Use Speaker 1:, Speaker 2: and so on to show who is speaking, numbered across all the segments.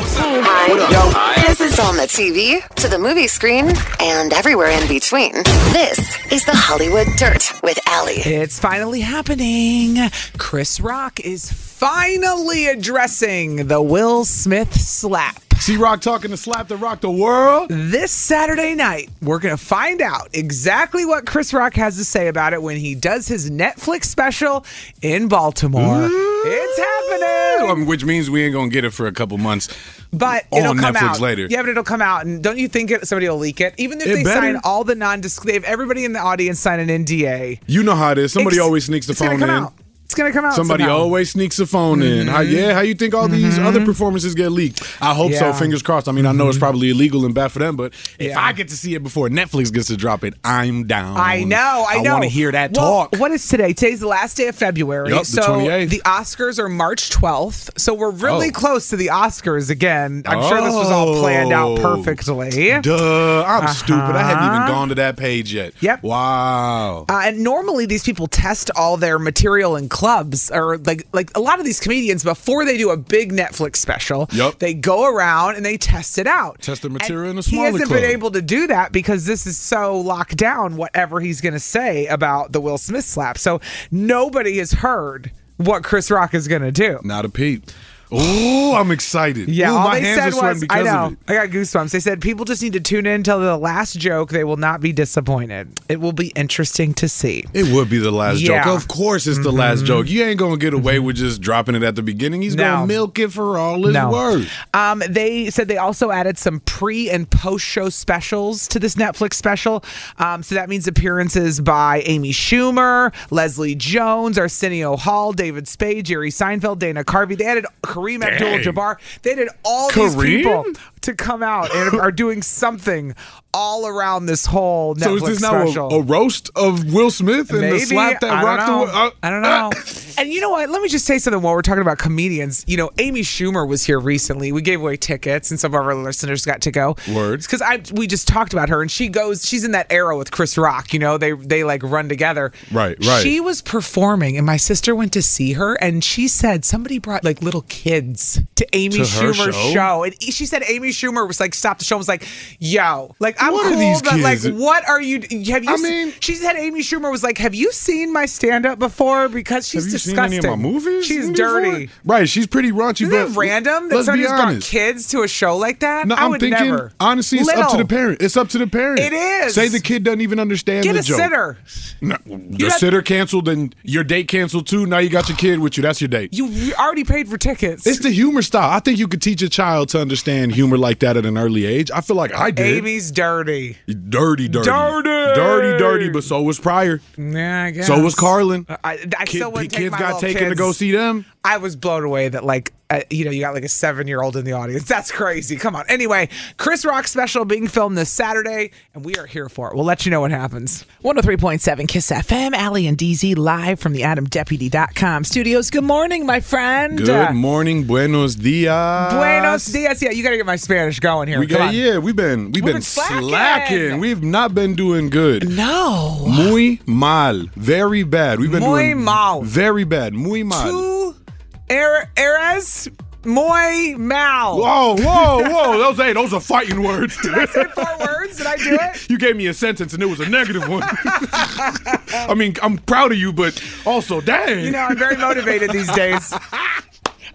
Speaker 1: Hi. This is on the TV, to the movie screen, and everywhere in between. This is the Hollywood Dirt with Allie.
Speaker 2: It's finally happening. Chris Rock is finally addressing the Will Smith slap.
Speaker 3: See Rock talking to Slap that rocked the world.
Speaker 2: This Saturday night, we're going to find out exactly what Chris Rock has to say about it when he does his Netflix special in Baltimore.
Speaker 3: Hmm?
Speaker 2: It's happening.
Speaker 3: Um, which means we ain't gonna get it for a couple months.
Speaker 2: But
Speaker 3: On
Speaker 2: it'll come
Speaker 3: Netflix
Speaker 2: out
Speaker 3: later.
Speaker 2: Yeah, but it'll come out, and don't you think it, somebody will leak it? Even if
Speaker 3: It
Speaker 2: they
Speaker 3: better.
Speaker 2: sign all the non-disclave, everybody in the audience sign an NDA.
Speaker 3: You know how it is. Somebody
Speaker 2: It's-
Speaker 3: always sneaks the
Speaker 2: it's gonna
Speaker 3: phone in.
Speaker 2: come out. It's gonna come out.
Speaker 3: Somebody
Speaker 2: somehow. Mm-hmm.
Speaker 3: always sneaks a phone in. How, yeah, how you think all these other performances get leaked? I hope so.
Speaker 2: Yeah. Mm-hmm.
Speaker 3: Fingers crossed. I mean, I know it's probably illegal and bad for them, but if
Speaker 2: Yeah.
Speaker 3: I get to see it before Netflix gets to drop it, I'm down.
Speaker 2: I know. I, know.
Speaker 3: want to hear that
Speaker 2: Well,
Speaker 3: talk.
Speaker 2: What is today? Today's the last day of February.
Speaker 3: Yup, the
Speaker 2: so
Speaker 3: 28th.
Speaker 2: the Oscars are March 12th. So we're really
Speaker 3: Oh.
Speaker 2: close to the Oscars again. I'm sure this was all planned out
Speaker 3: Oh.
Speaker 2: perfectly. Uh-huh.
Speaker 3: Duh, I'm stupid. I haven't even gone to that page yet.
Speaker 2: Yep.
Speaker 3: Wow.
Speaker 2: Uh, and normally these people test all their material in clubs or like like a lot of these comedians before they do a big Netflix special.
Speaker 3: Yup.
Speaker 2: They go around and they test it out.
Speaker 3: Test their
Speaker 2: And
Speaker 3: material in a
Speaker 2: He
Speaker 3: smaller
Speaker 2: hasn't
Speaker 3: club.
Speaker 2: been able to do that because this is so locked down. Whatever he's going to say about the Will Smith slap, so nobody has heard what Chris Rock is going to do.
Speaker 3: Not a peep. Oh, I'm excited.
Speaker 2: Yeah,
Speaker 3: Ooh,
Speaker 2: all
Speaker 3: my
Speaker 2: they
Speaker 3: hands
Speaker 2: said
Speaker 3: are sweating
Speaker 2: was,
Speaker 3: because
Speaker 2: I know,
Speaker 3: of it.
Speaker 2: I got goosebumps. They said people just need to tune in till the last joke. They will not be disappointed. It will be interesting to see.
Speaker 3: It would be the last
Speaker 2: Yeah. Mm-hmm.
Speaker 3: joke. Of course, it's the last joke. You ain't gonna get away with just dropping it at the beginning. He's
Speaker 2: No.
Speaker 3: gonna milk it for all it's
Speaker 2: No.
Speaker 3: worth.
Speaker 2: Um, they said they also added some pre and post show specials to this Netflix special. Um, so that means appearances by Amy Schumer, Leslie Jones, Arsenio Hall, David Spade, Jerry Seinfeld, Dana Carvey. They added Kareem Abdul-Jabbar. They did all these
Speaker 3: Kareem?
Speaker 2: people to come out and are doing something all around this whole Netflix
Speaker 3: So is this now
Speaker 2: special.
Speaker 3: a, a roast of Will Smith and
Speaker 2: Maybe.
Speaker 3: the slap that
Speaker 2: I
Speaker 3: rocked
Speaker 2: don't know.
Speaker 3: the? wo- uh,
Speaker 2: I don't know. and you know what? Let me just say something while we're talking about comedians. You know, Amy Schumer was here recently. We gave away tickets, and some of our listeners got to go.
Speaker 3: Word.
Speaker 2: Because I we just talked about her, and she goes. She's in that era with Chris Rock. You know, they they like run together.
Speaker 3: Right, right.
Speaker 2: She was performing, and my sister went to see her, and she said somebody brought like little kids to Amy
Speaker 3: To her
Speaker 2: Schumer's
Speaker 3: show?
Speaker 2: and e, she said Amy Schumer was like stopped the show and was like, "Yo, like I'm
Speaker 3: What are
Speaker 2: cool,
Speaker 3: these
Speaker 2: but like,
Speaker 3: kids?
Speaker 2: what are you? Have you?
Speaker 3: I
Speaker 2: se-
Speaker 3: mean-
Speaker 2: she said Amy Schumer was like, "Have you seen my stand up before?" Because she's
Speaker 3: Have you seen
Speaker 2: disgusting.
Speaker 3: any of my movies?
Speaker 2: She's
Speaker 3: before?
Speaker 2: dirty.
Speaker 3: Right, she's pretty raunchy.
Speaker 2: Isn't
Speaker 3: but
Speaker 2: that random that
Speaker 3: let's
Speaker 2: somebody
Speaker 3: be
Speaker 2: just brought
Speaker 3: honest.
Speaker 2: kids to a show like that?
Speaker 3: No,
Speaker 2: I
Speaker 3: I'm
Speaker 2: would
Speaker 3: thinking
Speaker 2: never.
Speaker 3: honestly, it's up to the
Speaker 2: Little.
Speaker 3: parent. It's up to the parent.
Speaker 2: It is.
Speaker 3: Say the kid doesn't even understand
Speaker 2: Get
Speaker 3: the
Speaker 2: a
Speaker 3: joke.
Speaker 2: sitter.
Speaker 3: No, your
Speaker 2: got-
Speaker 3: sitter canceled and your date canceled too. Now you got your kid with you. That's your date.
Speaker 2: You re- already paid for tickets.
Speaker 3: It's the humor style. I think you could teach a child to understand humor like that at an early age. I feel like I did.
Speaker 2: Amy's dirty.
Speaker 3: Dirty, dirty.
Speaker 2: Dirty!
Speaker 3: Dirty, dirty, but so was Pryor.
Speaker 2: Yeah, I guess.
Speaker 3: So was Carlin.
Speaker 2: I, I still wouldn't take
Speaker 3: kids
Speaker 2: my
Speaker 3: got
Speaker 2: little
Speaker 3: taken to
Speaker 2: kids.
Speaker 3: go see them.
Speaker 2: I was blown away that like uh, you know you got like a seven year old in the audience. That's crazy. Come on. Anyway, Chris Rock special being filmed this Saturday, and we are here for it. We'll let you know what happens. One hundred three point seven Kiss FM. Allie and DZ live from the AdamDeputy.com studios. Good morning, my friend. Uh,
Speaker 3: Good morning, buenos dias.
Speaker 2: Buenos dias. Yeah, you got to get my Spanish going here.
Speaker 3: We
Speaker 2: Come
Speaker 3: got,
Speaker 2: on.
Speaker 3: yeah, we've been we've,
Speaker 2: We've
Speaker 3: been
Speaker 2: been slacking.
Speaker 3: slacking. We've not been doing good.
Speaker 2: No.
Speaker 3: Muy mal, very bad. We've been
Speaker 2: Muy
Speaker 3: doing
Speaker 2: mal.
Speaker 3: very bad. Muy mal.
Speaker 2: Two. Er- Erez Moy Mal.
Speaker 3: Whoa, whoa, whoa! Those hey, those are fighting words. Did I say
Speaker 2: four words? Did I do it?
Speaker 3: You gave me a sentence and it was a negative one. I mean, I'm proud of you, but also, dang.
Speaker 2: You know, I'm very motivated these days.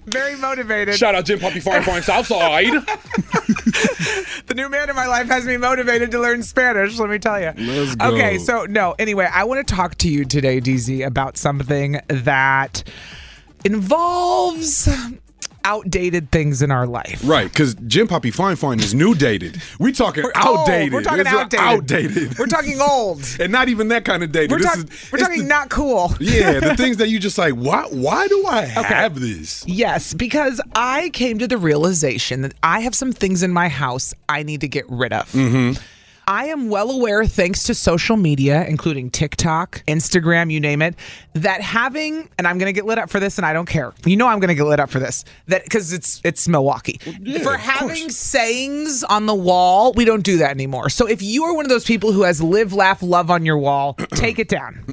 Speaker 2: Very motivated.
Speaker 3: Shout out Jim Poppy Farm Farm Southside.
Speaker 2: the new man in my life has me motivated to learn Spanish, let me tell you.
Speaker 3: Let's go.
Speaker 2: Okay, so no, anyway, I want to talk to you today, DZ, about something that involves outdated things in our life.
Speaker 3: Right, because Jim Poppy Fine Fine is new dated. We talking
Speaker 2: old.
Speaker 3: outdated.
Speaker 2: We're talking
Speaker 3: This is
Speaker 2: outdated.
Speaker 3: outdated.
Speaker 2: We're talking old.
Speaker 3: and not even that kind of dated.
Speaker 2: We're,
Speaker 3: This
Speaker 2: talk-
Speaker 3: is-
Speaker 2: we're
Speaker 3: it's
Speaker 2: talking
Speaker 3: the-
Speaker 2: not cool.
Speaker 3: Yeah, the things that you just like. Why? Why do I have this?
Speaker 2: Yes, because I came to the realization that I have some things in my house I need to get rid of.
Speaker 3: Mm-hmm.
Speaker 2: I am well aware, thanks to social media, including TikTok, Instagram, you name it, that having and I'm going to get lit up for this, and I don't care. You know I'm going to get lit up for this that because it's it's Milwaukee
Speaker 3: yeah,
Speaker 2: for
Speaker 3: of
Speaker 2: having sayings on the wall. We don't do that anymore. So if you are one of those people who has live, laugh, love on your wall, take it down.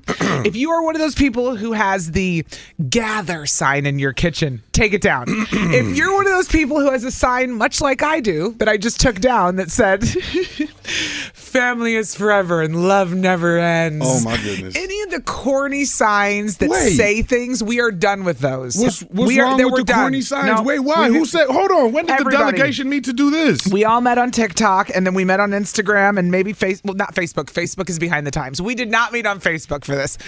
Speaker 2: if you are one of those people who has the gather sign in your kitchen, take it down. if you're one of those people who has a sign, much like I do, that I just took down that said, family is forever and love never ends.
Speaker 3: Oh, my goodness.
Speaker 2: Any of the corny signs that
Speaker 3: Wait.
Speaker 2: say things, we are done with those.
Speaker 3: What's, what's
Speaker 2: we are,
Speaker 3: wrong
Speaker 2: that we're
Speaker 3: with the
Speaker 2: done.
Speaker 3: corny signs?
Speaker 2: No,
Speaker 3: Wait, why?
Speaker 2: we-
Speaker 3: Who said? Hold on. When did the
Speaker 2: Everybody.
Speaker 3: delegation meet to do this?
Speaker 2: we all met on TikTok and then we met on Instagram and maybe face well not Facebook. Facebook is behind the times. We did not meet on Facebook for this.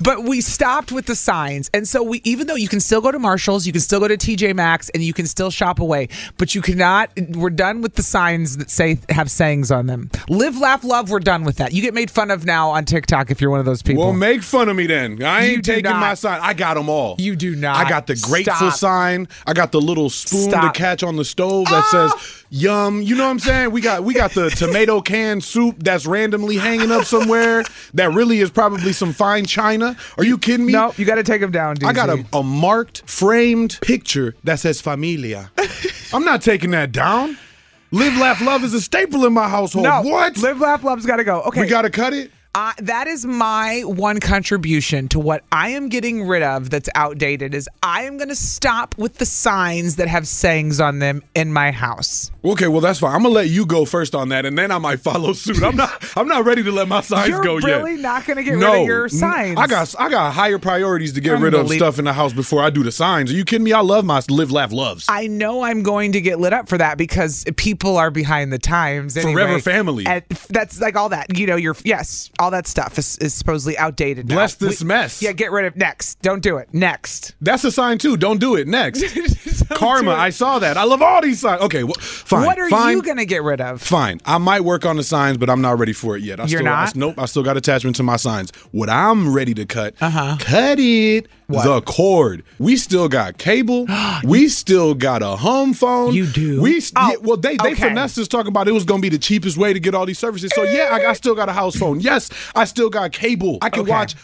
Speaker 2: But we stopped with the signs. And so we even though you can still go to Marshalls, you can still go to TJ Maxx and you can still shop away, but you cannot we're done with the signs that say have sayings on them. Live laugh love, we're done with that. You get made fun of now on TikTok if you're one of those people.
Speaker 3: Well, make fun of me then. I
Speaker 2: You
Speaker 3: ain't
Speaker 2: do
Speaker 3: taking
Speaker 2: not.
Speaker 3: my sign. I got them all.
Speaker 2: You do not.
Speaker 3: I got the grateful
Speaker 2: Stop.
Speaker 3: sign. I got the little spoon
Speaker 2: Stop. Ah!
Speaker 3: to catch on the stove that says yum. You know what I'm saying? We got we got the tomato can soup that's randomly hanging up somewhere that really is probably some fine china. Are you kidding me?
Speaker 2: no, you got to take them down,
Speaker 3: I got
Speaker 2: DZ.
Speaker 3: a, a marked framed picture that says familia. I'm not taking that down. Live, laugh, love is a staple in my household.
Speaker 2: no,
Speaker 3: what?
Speaker 2: Live, laugh, love's got to go. Okay,
Speaker 3: we gotta cut it.
Speaker 2: I Uh, that is my one contribution to what I am getting rid of that's outdated is I am going to stop with the signs that have sayings on them in my house.
Speaker 3: Okay, well that's fine. I'm gonna let you go first on that, and then I might follow suit. I'm not. I'm not ready to let my signs
Speaker 2: You're
Speaker 3: go yet.
Speaker 2: really not going to get rid
Speaker 3: No,
Speaker 2: of your
Speaker 3: n-
Speaker 2: signs.
Speaker 3: I got. I got higher priorities to get rid of
Speaker 2: Unbelie-
Speaker 3: stuff in the house before I do the signs. Are you kidding me? I love my live, laugh, loves.
Speaker 2: I know I'm going to get lit up for that because people are behind the times. Anyway.
Speaker 3: Forever family.
Speaker 2: And that's like all that. You know, your yes, all that stuff is, is supposedly outdated. now.
Speaker 3: Bless this mess.
Speaker 2: Yeah, get rid of next. Don't do it. Next.
Speaker 3: That's a sign too. Don't do it. Next, karma.
Speaker 2: do it.
Speaker 3: I saw that. I love all these signs. Okay, well, fine.
Speaker 2: what are
Speaker 3: fine,
Speaker 2: you going to get rid of?
Speaker 3: Fine. I might work on the signs, but I'm not ready for it yet. I
Speaker 2: You're
Speaker 3: still,
Speaker 2: not?
Speaker 3: I, nope. I still got attachment to my signs. What I'm ready to cut, uh-huh. cut it. The cord. We still got cable. we still got a home phone.
Speaker 2: You do?
Speaker 3: We s-
Speaker 2: Oh,
Speaker 3: yeah, well, they they
Speaker 2: okay.
Speaker 3: finessed us talking about it was going to be the cheapest way to get all these services. So yeah, I, got- I still got a house phone. Yes, I still got cable. I can
Speaker 2: Okay.
Speaker 3: watch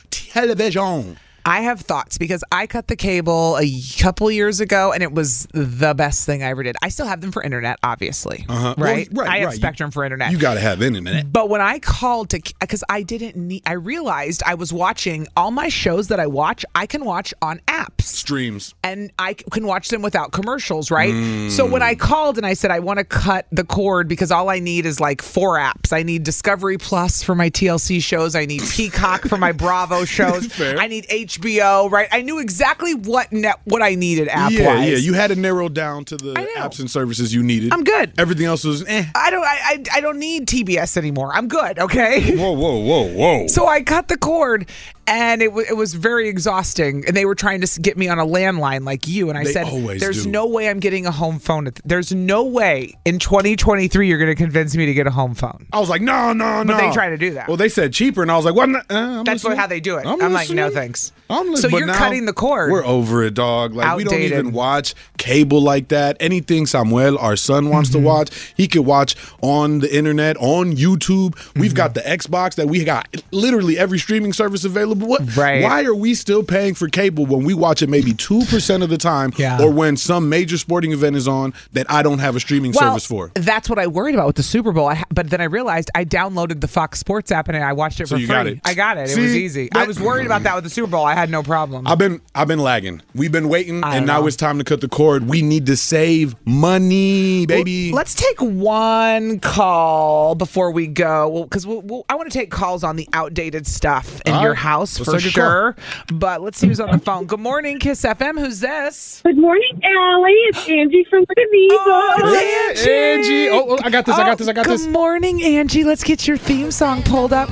Speaker 3: television.
Speaker 2: I have thoughts because I cut the cable a couple years ago and it was the best thing I ever did. I still have them for internet, obviously.
Speaker 3: Uh-huh. Well,
Speaker 2: Right?
Speaker 3: right,
Speaker 2: I have
Speaker 3: right. You-
Speaker 2: Spectrum for internet.
Speaker 3: You got to have internet.
Speaker 2: but when I called to, because I didn't need, I realized I was watching all my shows that I watch, I can watch on apps
Speaker 3: Streams.
Speaker 2: and I c- can watch them without commercials, right? So when
Speaker 3: Mm.
Speaker 2: I called and I said I want to cut the cord because all I need is like four apps. I need Discovery Plus for my TLC shows. I need Peacock for my Bravo shows.
Speaker 3: Fair.
Speaker 2: I need HBO, right? I knew exactly what net what I needed app wise.
Speaker 3: Yeah, yeah. You had it narrowed down to the
Speaker 2: I know.
Speaker 3: apps and services you needed.
Speaker 2: I'm good.
Speaker 3: Everything else was eh.
Speaker 2: I don't I, I I don't need TBS anymore. I'm good, okay?
Speaker 3: Whoa, whoa, whoa, whoa.
Speaker 2: So I cut the cord, and it, w- it was very exhausting. And they were trying to s- get me on a landline like you. And I
Speaker 3: They
Speaker 2: said,
Speaker 3: always
Speaker 2: "There's
Speaker 3: do.
Speaker 2: no way I'm getting a home phone. at th- There's no way in 2023 you're going to convince me to get a home phone."
Speaker 3: I was like, no, no, no.
Speaker 2: But they try to do that.
Speaker 3: Well, they said cheaper, and I was like, what? Not, uh, I'm
Speaker 2: That's
Speaker 3: listening.
Speaker 2: how they do it. I'm like, no,
Speaker 3: listening.
Speaker 2: thanks.
Speaker 3: I'm listening.
Speaker 2: So
Speaker 3: But
Speaker 2: you're
Speaker 3: now
Speaker 2: cutting the cord.
Speaker 3: We're over it, dog. Like we
Speaker 2: Outdated.
Speaker 3: don't even watch cable like that. Anything Samuel, our son, wants
Speaker 2: Mm-hmm.
Speaker 3: to watch, he could watch on
Speaker 2: Mm-hmm.
Speaker 3: the internet, on YouTube. We've got the Xbox that we got literally every streaming service available. available. What?
Speaker 2: Right.
Speaker 3: Why are we still paying for cable when we watch it maybe two percent of the time,
Speaker 2: Yeah.
Speaker 3: or when some major sporting event is on that I don't have a streaming
Speaker 2: Well,
Speaker 3: service for?
Speaker 2: that's what I worried about with the Super Bowl. I, ha- but then I realized I downloaded the Fox Sports app and I watched it
Speaker 3: So
Speaker 2: for
Speaker 3: you
Speaker 2: free.
Speaker 3: got it.
Speaker 2: I got it. it was
Speaker 3: See?
Speaker 2: easy. I
Speaker 3: But-
Speaker 2: was worried about that with the Super Bowl. I had no problem.
Speaker 3: I've been I've been lagging. We've been waiting,
Speaker 2: I
Speaker 3: and
Speaker 2: know.
Speaker 3: now it's time to cut the cord. We need to save money, baby.
Speaker 2: Let's take one call before we go, because we'll, we'll, I want to take calls on the outdated stuff in
Speaker 3: All
Speaker 2: your
Speaker 3: right.
Speaker 2: house
Speaker 3: Let's
Speaker 2: for
Speaker 3: take a call.
Speaker 2: sure. But let's see who's on the phone. Good morning, Kiss FM. Who's this?
Speaker 4: Good morning, Allie. It's Angie from the
Speaker 2: Oh, it's Angie.
Speaker 3: Angie. Oh, oh, I got this, I got this, I got
Speaker 2: good
Speaker 3: this.
Speaker 2: Good morning, Angie. Let's get your theme song pulled up.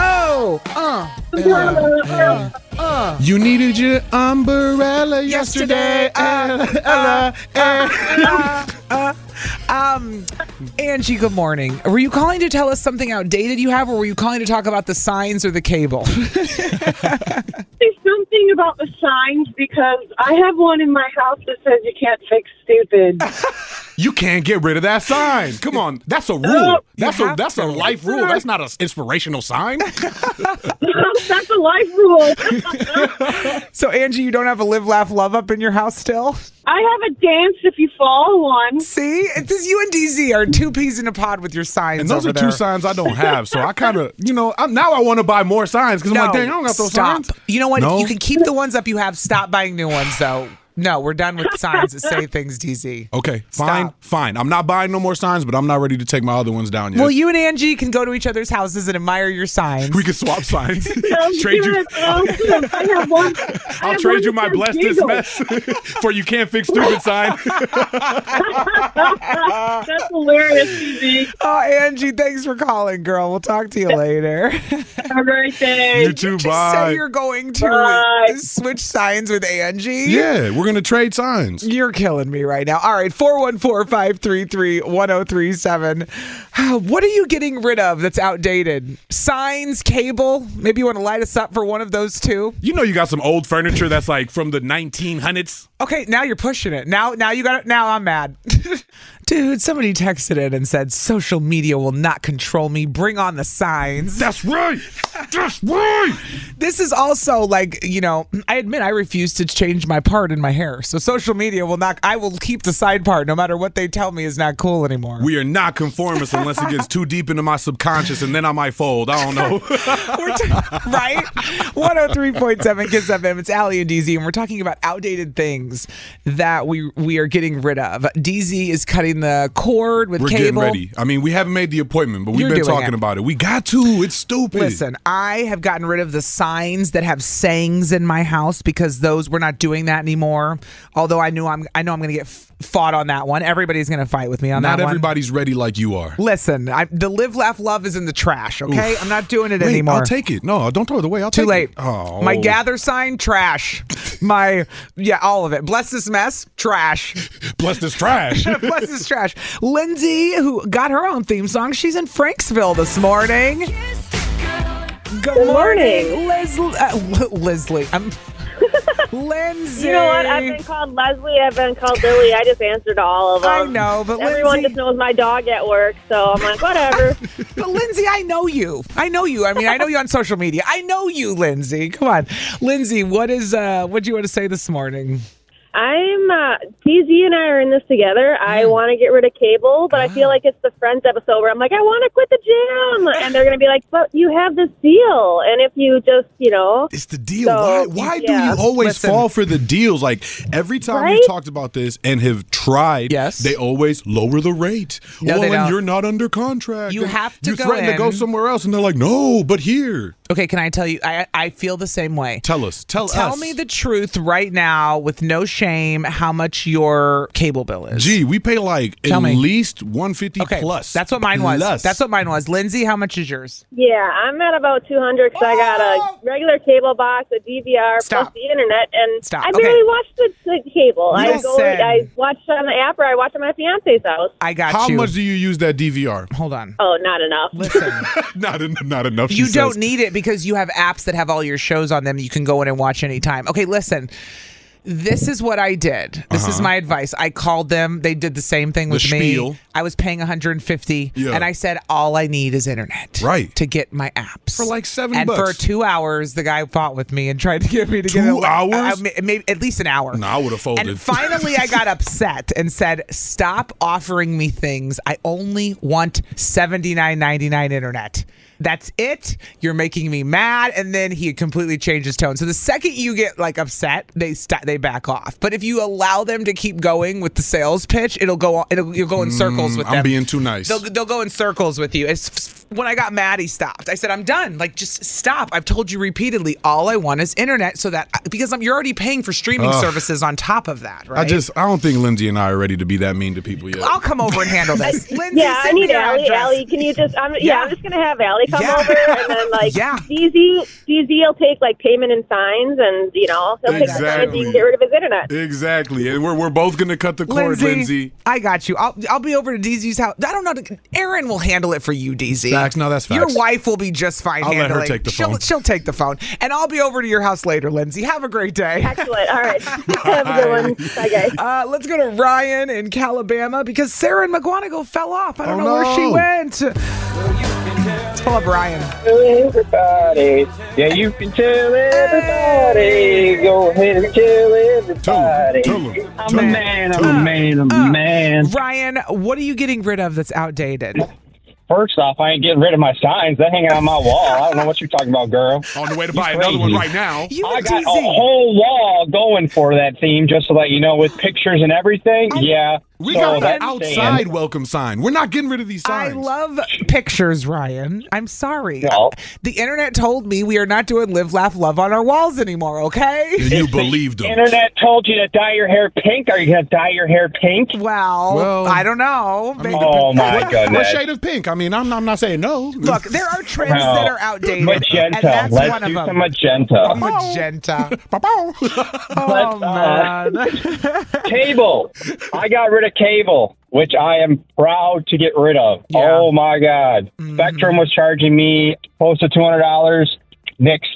Speaker 2: Oh, uh,
Speaker 3: You needed your umbrella yesterday. Uh, uh,
Speaker 2: uh, um, Angie. Good morning. Were you calling to tell us something outdated you have, or were you calling to talk about the signs or the cable?
Speaker 4: Say something about the signs because I have one in my house that says you can't fix stupid.
Speaker 3: you can't get rid of that sign. Come on, that's a
Speaker 4: You
Speaker 3: rule. That's a
Speaker 2: have
Speaker 3: that's a
Speaker 2: to.
Speaker 3: life rule. That's not an inspirational sign.
Speaker 4: That's a life rule.
Speaker 2: so, Angie, you don't have a live, laugh, love up in your house still?
Speaker 4: I have a dance if you fall one.
Speaker 2: See, this you and DZ are two peas in a pod with your signs.
Speaker 3: And those
Speaker 2: over
Speaker 3: are
Speaker 2: there.
Speaker 3: two signs I don't have. So I kind of, you know, I'm, now I want to buy more signs because I'm like, dang, I don't got those
Speaker 2: stop.
Speaker 3: signs.
Speaker 2: You know what?
Speaker 3: No.
Speaker 2: You can keep the ones up you have. Stop buying new ones, though. No, we're done with signs that say things, DZ.
Speaker 3: Okay, fine,
Speaker 2: Stop.
Speaker 3: fine. I'm not buying no more signs, but I'm not ready to take my other ones down yet.
Speaker 2: Well, you and Angie can go to each other's houses and admire your signs.
Speaker 3: we can swap signs.
Speaker 4: Sounds
Speaker 3: trade you.
Speaker 4: good. Awesome. I have one.
Speaker 3: I'll trade you my blessed this mess for you can't fix stupid sign.
Speaker 4: That's hilarious, TV.
Speaker 2: oh, Angie, thanks for calling, girl. We'll talk to you later.
Speaker 4: All right,
Speaker 3: you
Speaker 4: thanks.
Speaker 3: too,
Speaker 2: Just
Speaker 3: bye.
Speaker 2: say you're going to
Speaker 4: Bye.
Speaker 2: switch signs with Angie.
Speaker 3: Yeah, we're gonna trade signs.
Speaker 2: You're killing me right now. All right, 414-533-1037. What are you getting rid of that's outdated? Signs, cable? Maybe you want to light us up for one of those two.
Speaker 3: You know, you got some old furniture that's like from the 1900s.
Speaker 2: Okay, now you're pushing it. Now now you got it. Now I'm mad. Dude, somebody texted in and said social media will not control me. Bring on the signs.
Speaker 3: That's right. That's right.
Speaker 2: This is also like, you know, I admit I refuse to change my part in my hair. So social media will not I will keep the side part no matter what they tell me is not cool anymore.
Speaker 3: We are not conformists unless it gets too deep into my subconscious, and then I might fold. I don't know.
Speaker 2: We're t- right? 103.7 Kiss FM. It's Allie and DZ, and we're talking about outdated things that we we are getting rid of. DZ is cutting the cord with
Speaker 3: We're
Speaker 2: cable.
Speaker 3: getting ready. I mean, we haven't made the appointment, but we've
Speaker 2: You're
Speaker 3: been
Speaker 2: doing
Speaker 3: talking
Speaker 2: it.
Speaker 3: about it. We got to. It's stupid.
Speaker 2: Listen, I have gotten rid of the signs that have sayings in my house because those we're not doing that anymore. Although I knew I'm I know I'm going to get f- fought on that one. Everybody's going to fight with me on
Speaker 3: not
Speaker 2: that one.
Speaker 3: everybody's ready like you are.
Speaker 2: Listen, I, the live, laugh, love is in the trash. Okay, I'm not doing it
Speaker 3: Wait,
Speaker 2: anymore.
Speaker 3: I'll take it. No, don't throw it away. I'll
Speaker 2: Too
Speaker 3: take
Speaker 2: late.
Speaker 3: it. Oh,
Speaker 2: My gather sign, trash. My yeah, all of it. Bless this mess, trash.
Speaker 3: Bless this trash.
Speaker 2: Bless this trash. Lindsay, who got her own theme song, she's in Franksville this morning. Good,
Speaker 4: morning.
Speaker 2: Leslie. Uh, L- Leslie, I'm Lindsay.
Speaker 5: You know what? I've been called Leslie. I've been called Lily. I just answer to all of them.
Speaker 2: I know, but
Speaker 5: everyone
Speaker 2: Lindsay-
Speaker 5: just knows my dog at work, so I'm like, whatever.
Speaker 2: But Lindsay, I know you. I know you. I mean, I know you on social media. I know you, Lindsay. Come on, Lindsay. What is uh? What do you want to say this morning?
Speaker 5: I'm uh, DZ and I are in this together. I want to get rid of cable, but I feel like it's the Friends episode where I'm like, I want to quit the gym, and they're gonna be like, but you have this deal, and if you just, you know,
Speaker 3: It's the deal.
Speaker 5: So,
Speaker 3: why why
Speaker 5: yeah.
Speaker 3: do you always
Speaker 2: Listen.
Speaker 3: fall for the deals? Like every time
Speaker 5: Right?
Speaker 3: we've talked about this and have tried,
Speaker 2: Yes.
Speaker 3: they always lower the rate.
Speaker 2: No,
Speaker 3: well,
Speaker 2: they
Speaker 3: and
Speaker 2: don't.
Speaker 3: you're not under contract.
Speaker 2: You
Speaker 3: and
Speaker 2: have to
Speaker 3: You
Speaker 2: go
Speaker 3: threaten to go
Speaker 2: in.
Speaker 3: somewhere else, and they're like, no, but here.
Speaker 2: Okay, can I tell you? I I feel the same way.
Speaker 3: Tell us. Tell,
Speaker 2: Tell
Speaker 3: us.
Speaker 2: me the truth right now, with no shame, how much your cable bill is.
Speaker 3: Gee, we pay like
Speaker 2: Tell
Speaker 3: at
Speaker 2: me.
Speaker 3: least 150
Speaker 2: okay,
Speaker 3: plus.
Speaker 2: That's what mine was.
Speaker 3: Plus.
Speaker 2: That's what mine was. Lindsay, how much is yours?
Speaker 5: yeah, I'm at about 200 because I got a regular cable box, a DVR,
Speaker 2: Stop.
Speaker 5: plus the internet, and
Speaker 2: Stop.
Speaker 5: I
Speaker 2: Okay.
Speaker 5: barely watch the, the cable. I go,
Speaker 2: Listen.
Speaker 5: I watch it on the app, or I watch it at my fiance's house.
Speaker 2: I got
Speaker 3: How
Speaker 2: you.
Speaker 3: much do you use that DVR?
Speaker 2: Hold on.
Speaker 5: Oh, not enough.
Speaker 2: Listen,
Speaker 3: not, en- not enough. she
Speaker 2: you don't
Speaker 3: says.
Speaker 2: need it because you have apps that have all your shows on them. You can go in and watch anytime. Okay, listen. This is what I did. This is
Speaker 3: Uh-huh.
Speaker 2: my advice. I called them. They did the same thing
Speaker 3: The
Speaker 2: with me.
Speaker 3: spiel.
Speaker 2: I was paying 150
Speaker 3: Yeah.
Speaker 2: and I said all I need is internet
Speaker 3: Right.
Speaker 2: to get my apps.
Speaker 3: For like 70
Speaker 2: And
Speaker 3: bucks.
Speaker 2: for 2 hours the guy fought with me and tried to get me to get
Speaker 3: Two
Speaker 2: it-
Speaker 3: hours?
Speaker 2: I- I- maybe at least an hour.
Speaker 3: No, I would have folded.
Speaker 2: And finally, I got upset and said, "Stop offering me things. I only want seventy nine ninety nine internet. That's it. You're making me mad." And then he completely changed his tone. So the second you get like upset, they st- they back off. But if you allow them to keep going with the sales pitch, it'll go on. It'll you'll go in circles with
Speaker 3: Mm, I'm
Speaker 2: them.
Speaker 3: being too nice.
Speaker 2: They'll, they'll go in circles with you. It's, when I got mad, he stopped. I said, "I'm done. Like, just stop. I've told you repeatedly. All I want is internet, so that because I'm, you're already paying for streaming
Speaker 3: Ugh.
Speaker 2: services on top of that, right?
Speaker 3: I just I don't think Lindsay and I are ready to be that mean to people yet.
Speaker 2: I'll come over and handle this. Lindsay,
Speaker 5: yeah, I
Speaker 2: send me
Speaker 5: need
Speaker 2: your
Speaker 5: Allie.
Speaker 2: address.
Speaker 5: Allie, can you just? I'm, yeah.
Speaker 2: Yeah.
Speaker 5: I'm just gonna have Allie come
Speaker 2: Yeah.
Speaker 5: over, and then like
Speaker 2: Yeah.
Speaker 5: DZ, DZ will take like payment in signs, and you know he'll take the signs.
Speaker 3: Exactly.
Speaker 5: He can get rid of his internet.
Speaker 3: Exactly, and we're we're both gonna cut the cord,
Speaker 2: Lindsay,
Speaker 3: Lindsay.
Speaker 2: I got you. I'll I'll be over to DZ's house. I don't know. Aaron will handle it for you, DZ.
Speaker 3: Facts. No, that's
Speaker 2: Your
Speaker 3: facts.
Speaker 2: wife will be just fine.
Speaker 3: I'll let her
Speaker 2: handling.
Speaker 3: take the
Speaker 2: she'll,
Speaker 3: phone.
Speaker 2: She'll take the phone, and I'll be over to your house later, Lindsay. Have a great day.
Speaker 5: Excellent. All right. have a good one. Bye, guys.
Speaker 2: Uh, let's go to Ryan in Calabama because Sarah and McGuanago fell off. I don't
Speaker 3: Oh,
Speaker 2: know where she
Speaker 3: no.
Speaker 2: went. Let's pull up Ryan.
Speaker 6: everybody. Yeah, you can tell everybody. Go ahead and tell
Speaker 3: Tell
Speaker 6: everybody.
Speaker 3: him, tell him,
Speaker 6: I'm
Speaker 3: tell
Speaker 6: a
Speaker 3: him,
Speaker 6: man,
Speaker 3: tell
Speaker 6: I'm a
Speaker 3: him.
Speaker 6: man, I'm
Speaker 2: Uh,
Speaker 6: a man.
Speaker 2: Ryan, what are you getting rid of that's outdated?
Speaker 6: First off, I ain't getting rid of my signs. They hang out on my wall. I don't know what you're talking about, girl.
Speaker 3: On the way to buy another one right now.
Speaker 2: You
Speaker 6: I
Speaker 2: and
Speaker 6: got a
Speaker 2: DZ.
Speaker 6: whole wall going for that theme, just to let you know, with pictures and everything. yeah.
Speaker 3: We
Speaker 6: so
Speaker 3: got that
Speaker 6: that's
Speaker 3: outside
Speaker 6: staying.
Speaker 3: welcome sign. We're not getting rid of these
Speaker 2: I
Speaker 3: signs.
Speaker 2: love pictures, Ryan. I'm sorry.
Speaker 6: No.
Speaker 2: The internet told me we are not doing live, laugh, love on our walls anymore, okay?
Speaker 3: and you believed them.
Speaker 6: Internet told you to dye your hair pink. Are you going to dye your hair pink?
Speaker 2: Well,
Speaker 3: Well,
Speaker 2: I don't know.
Speaker 3: mean,
Speaker 2: Maybe-
Speaker 6: Oh, my
Speaker 3: What- What
Speaker 6: goodness.
Speaker 3: shade of pink? I mean, I'm, I'm not saying no.
Speaker 2: Look, there are trends
Speaker 6: Well,
Speaker 2: that are outdated. And
Speaker 6: Magenta.
Speaker 2: that's
Speaker 6: Let's
Speaker 2: one
Speaker 6: do
Speaker 2: of
Speaker 6: some
Speaker 2: them.
Speaker 6: magenta.
Speaker 2: Magenta. Oh,
Speaker 6: Let's, uh,
Speaker 2: man.
Speaker 6: cable. I got rid of cable, which I am proud to get rid of.
Speaker 2: Yeah. Mm-hmm.
Speaker 6: Oh my God. Spectrum was charging me close to two hundred dollars. Next.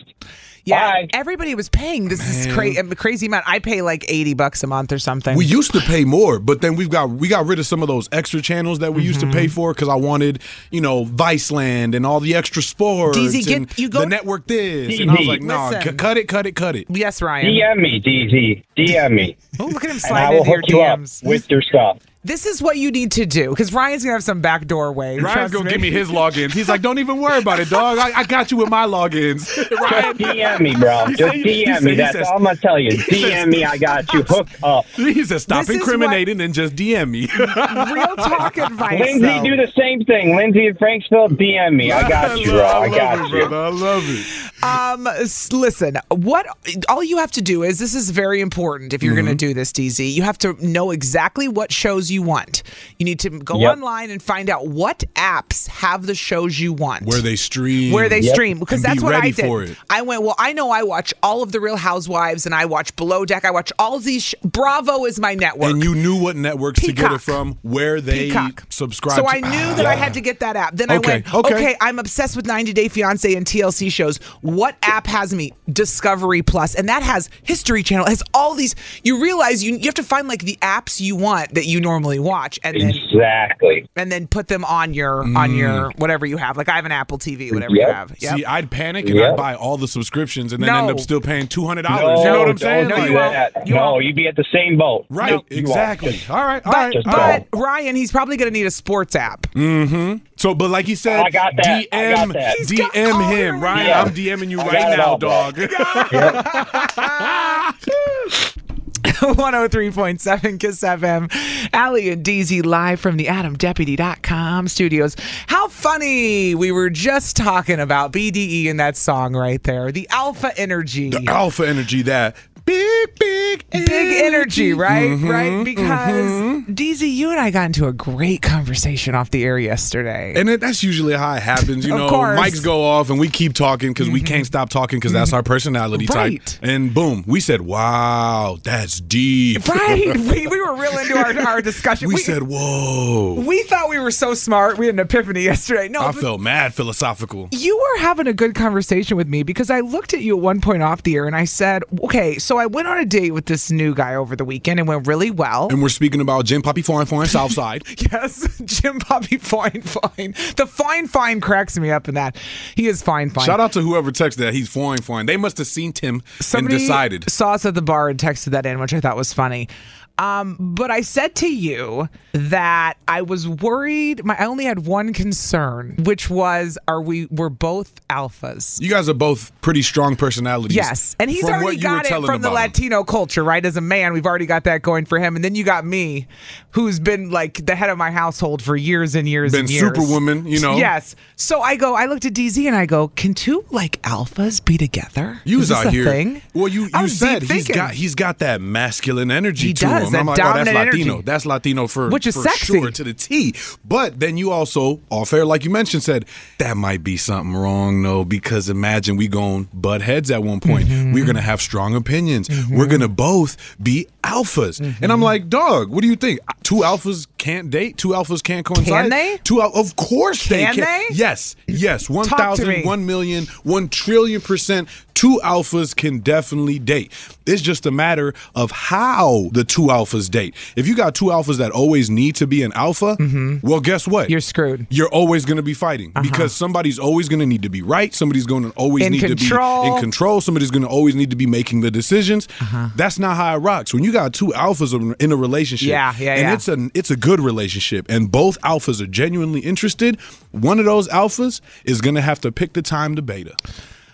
Speaker 2: Yeah,
Speaker 6: Bye.
Speaker 2: everybody was paying. This is cra- a crazy amount. I pay like eighty bucks a month or something.
Speaker 3: We used to pay more, but then we've got we got rid of some of those extra channels that we used
Speaker 6: Mm-hmm.
Speaker 3: to pay for because I wanted, you know, Viceland and all the extra sports
Speaker 2: DZ, get-
Speaker 3: and
Speaker 2: you go-
Speaker 3: the network this. And I was
Speaker 6: DZ.
Speaker 3: like, nah,
Speaker 2: Listen.
Speaker 3: c- cut it, cut it, cut it.
Speaker 2: yes, Ryan.
Speaker 6: DM me, DZ. DM me.
Speaker 2: Oh, look at him
Speaker 6: And I
Speaker 2: sliding
Speaker 6: will
Speaker 2: into your
Speaker 6: hook you up
Speaker 2: DMs.
Speaker 6: with your stuff.
Speaker 2: This is what you need to do because Ryan's gonna have some backdoor way.
Speaker 3: Ryan's
Speaker 2: Trust
Speaker 3: gonna give me his logins. He's like, don't even worry about it, dog. I, I got you with my logins.
Speaker 6: Just DM me, bro.
Speaker 3: He
Speaker 6: Just
Speaker 3: said- he
Speaker 6: DM
Speaker 3: said-
Speaker 6: me.
Speaker 3: he
Speaker 6: That's
Speaker 3: says-
Speaker 6: all I'm gonna tell you.
Speaker 3: he says-
Speaker 6: DM me. I got you hooked up.
Speaker 3: He said, stop
Speaker 2: This is
Speaker 3: incriminating and just DM me.
Speaker 2: real talk advice.
Speaker 6: Lindsay,
Speaker 2: though.
Speaker 6: do the same thing. Lindsay in Franksville, DM me. I got you, bro. I got
Speaker 3: love it,
Speaker 6: you.
Speaker 3: brother. I love it.
Speaker 2: Um, s- listen, what all you have to do is this is very important if you're
Speaker 3: Mm-hmm.
Speaker 2: going to do this, DZ. You have to know exactly what shows you want. You need to go
Speaker 6: Yep.
Speaker 2: online and find out what apps have the shows you want.
Speaker 3: Where they stream.
Speaker 2: where they
Speaker 6: Yep.
Speaker 2: stream because
Speaker 3: And
Speaker 2: that's
Speaker 3: be
Speaker 2: what I
Speaker 3: ready
Speaker 2: did.
Speaker 3: for it.
Speaker 2: I went, well, I know I watch all of the Real Housewives and I watch Below Deck. I watch all of these. Sh- Bravo is my network.
Speaker 3: and you knew what networks to get
Speaker 2: Peacock.
Speaker 3: it from, where they
Speaker 2: Peacock.
Speaker 3: subscribe.
Speaker 2: So
Speaker 3: to.
Speaker 2: I knew
Speaker 3: Ah,
Speaker 2: that I
Speaker 3: yeah.
Speaker 2: had to get that app. Then
Speaker 3: Okay,
Speaker 2: I went, okay.
Speaker 3: okay.
Speaker 2: I'm obsessed with 90 Day Fiance and TLC shows. What app has me? Discovery Plus, and that has History Channel. It has all these. You realize you you have to find like the apps you want that you normally watch, and then
Speaker 6: Exactly.
Speaker 2: and then put them on your on your whatever you have. Like I have an Apple TV, whatever
Speaker 6: Yep.
Speaker 2: you have. Yep.
Speaker 3: Mm. See, I'd panic and
Speaker 6: Yeah.
Speaker 3: I'd buy all the subscriptions and then
Speaker 2: No.
Speaker 3: end up still paying two hundred
Speaker 6: No,
Speaker 3: dollars. you know what I'm saying?
Speaker 6: Don't
Speaker 2: No,
Speaker 6: do
Speaker 2: you
Speaker 3: Like,
Speaker 2: won't.
Speaker 6: that.
Speaker 2: You
Speaker 6: no,
Speaker 2: won't.
Speaker 6: you'd be at the same boat.
Speaker 3: right?
Speaker 6: No, you won't.
Speaker 3: exactly. All right. All
Speaker 2: But,
Speaker 3: right.
Speaker 6: Just
Speaker 3: all right. Mm-hmm.
Speaker 2: but Ryan, he's probably going to need a sports app.
Speaker 3: So, but like he said,
Speaker 6: I got that. I
Speaker 3: DM,
Speaker 6: got that.
Speaker 2: He's got all
Speaker 3: DM him,
Speaker 2: the-
Speaker 3: Ryan.
Speaker 6: Yeah.
Speaker 3: I'm DMing you
Speaker 6: I
Speaker 3: right
Speaker 6: got it
Speaker 3: now,
Speaker 6: all, bro.
Speaker 3: dog.
Speaker 2: 103.7 Kiss FM. Allie and DZ live from the AdamDeputy.com studios. How funny we were just talking about BDE in that song right there. The alpha energy.
Speaker 3: The alpha energy that big, big, Mm-hmm,
Speaker 2: Big energy, right? right? Because DZ, you and I got into a great conversation off the air yesterday.
Speaker 3: And it, that's usually how it happens, you
Speaker 2: Of
Speaker 3: know.
Speaker 2: course. Mm-hmm.
Speaker 3: Mics go off, and we keep talking because we can't stop talking because that's our personality
Speaker 2: Right.
Speaker 3: type. And boom, we said, "Wow, that's deep."
Speaker 2: right. We, we were real into our, our discussion.
Speaker 3: We said, "Whoa."
Speaker 2: we thought we were so smart. We had an epiphany yesterday. No,
Speaker 3: I
Speaker 2: but-
Speaker 3: felt mad philosophical.
Speaker 2: you were having a good conversation with me because I looked at you at one point off the air and I said, okay, so I went on a date with with this new guy over the weekend. It went really well.
Speaker 3: And we're speaking about Jim Poppy Fine Fine Southside.
Speaker 2: Yes, Jim Bobby Fine Fine. The Fine Fine cracks me up in that. He is Fine Fine.
Speaker 3: Shout out to whoever texted that. He's flying, flying. They must have seen Tim
Speaker 2: Somebody
Speaker 3: and decided.
Speaker 2: saw us at the bar and texted that in, which I thought was funny. Um, but I said to you that I was worried. My I only had one concern, which was, are we? We're both alphas.
Speaker 3: You guys are both pretty strong personalities.
Speaker 2: Yes, and he's
Speaker 3: from
Speaker 2: already
Speaker 3: what you were
Speaker 2: got it
Speaker 3: telling
Speaker 2: from the
Speaker 3: about him.
Speaker 2: Latino culture, right? As a man, we've already got that going for him, and then you got me, who's been like the head of my household for years and years
Speaker 3: Been
Speaker 2: and years.
Speaker 3: superwoman, you know.
Speaker 2: Yes. So I go. I looked at DZ and I go, "Can two like alphas be together?
Speaker 3: You
Speaker 2: Is
Speaker 3: was
Speaker 2: this
Speaker 3: out
Speaker 2: a
Speaker 3: here.
Speaker 2: Thing?
Speaker 3: Well, you,
Speaker 2: I
Speaker 3: you
Speaker 2: was
Speaker 3: said
Speaker 2: deep
Speaker 3: he's
Speaker 2: thinking.
Speaker 3: got he's got that masculine energy
Speaker 2: He
Speaker 3: to
Speaker 2: does,
Speaker 3: him.
Speaker 2: that
Speaker 3: I'm like, oh, that's
Speaker 2: dominant energy.
Speaker 3: Latino. That's Latino for
Speaker 2: Which is
Speaker 3: for
Speaker 2: sexy.
Speaker 3: sure to the T. But then you also, all fair, like you mentioned, said that might be something wrong though, because imagine we going butt heads at one point.
Speaker 2: Mm-hmm.
Speaker 3: We're gonna have strong opinions. We're gonna both be alphas. And
Speaker 2: Mm-hmm.
Speaker 3: I'm like, dog, what do you think? Two alphas can't date. Two alphas can't coincide.
Speaker 2: they?
Speaker 3: Two, al- of course
Speaker 2: Can
Speaker 3: they can.
Speaker 2: they?
Speaker 3: Yes, yes. One
Speaker 2: me.
Speaker 3: thousand, one million, one trillion percent. Two alphas can definitely date. It's just a matter of how the two alphas date. If you got two alphas that always need to be an alpha, well, guess what?
Speaker 2: Mm-hmm. You're screwed. Uh-huh.
Speaker 3: You're always going to be fighting because somebody's always going to need to be right. Somebody's going to always
Speaker 2: In
Speaker 3: need to be
Speaker 2: control.
Speaker 3: in control. Somebody's going to always need to be making the decisions.
Speaker 2: Uh-huh.
Speaker 3: That's not how it rocks. When you got two alphas in- in a relationship,
Speaker 2: Yeah, yeah,
Speaker 3: and
Speaker 2: yeah.
Speaker 3: it's a it's a good relationship, and both alphas are genuinely interested. One of those alphas is going to have to pick the time to beta.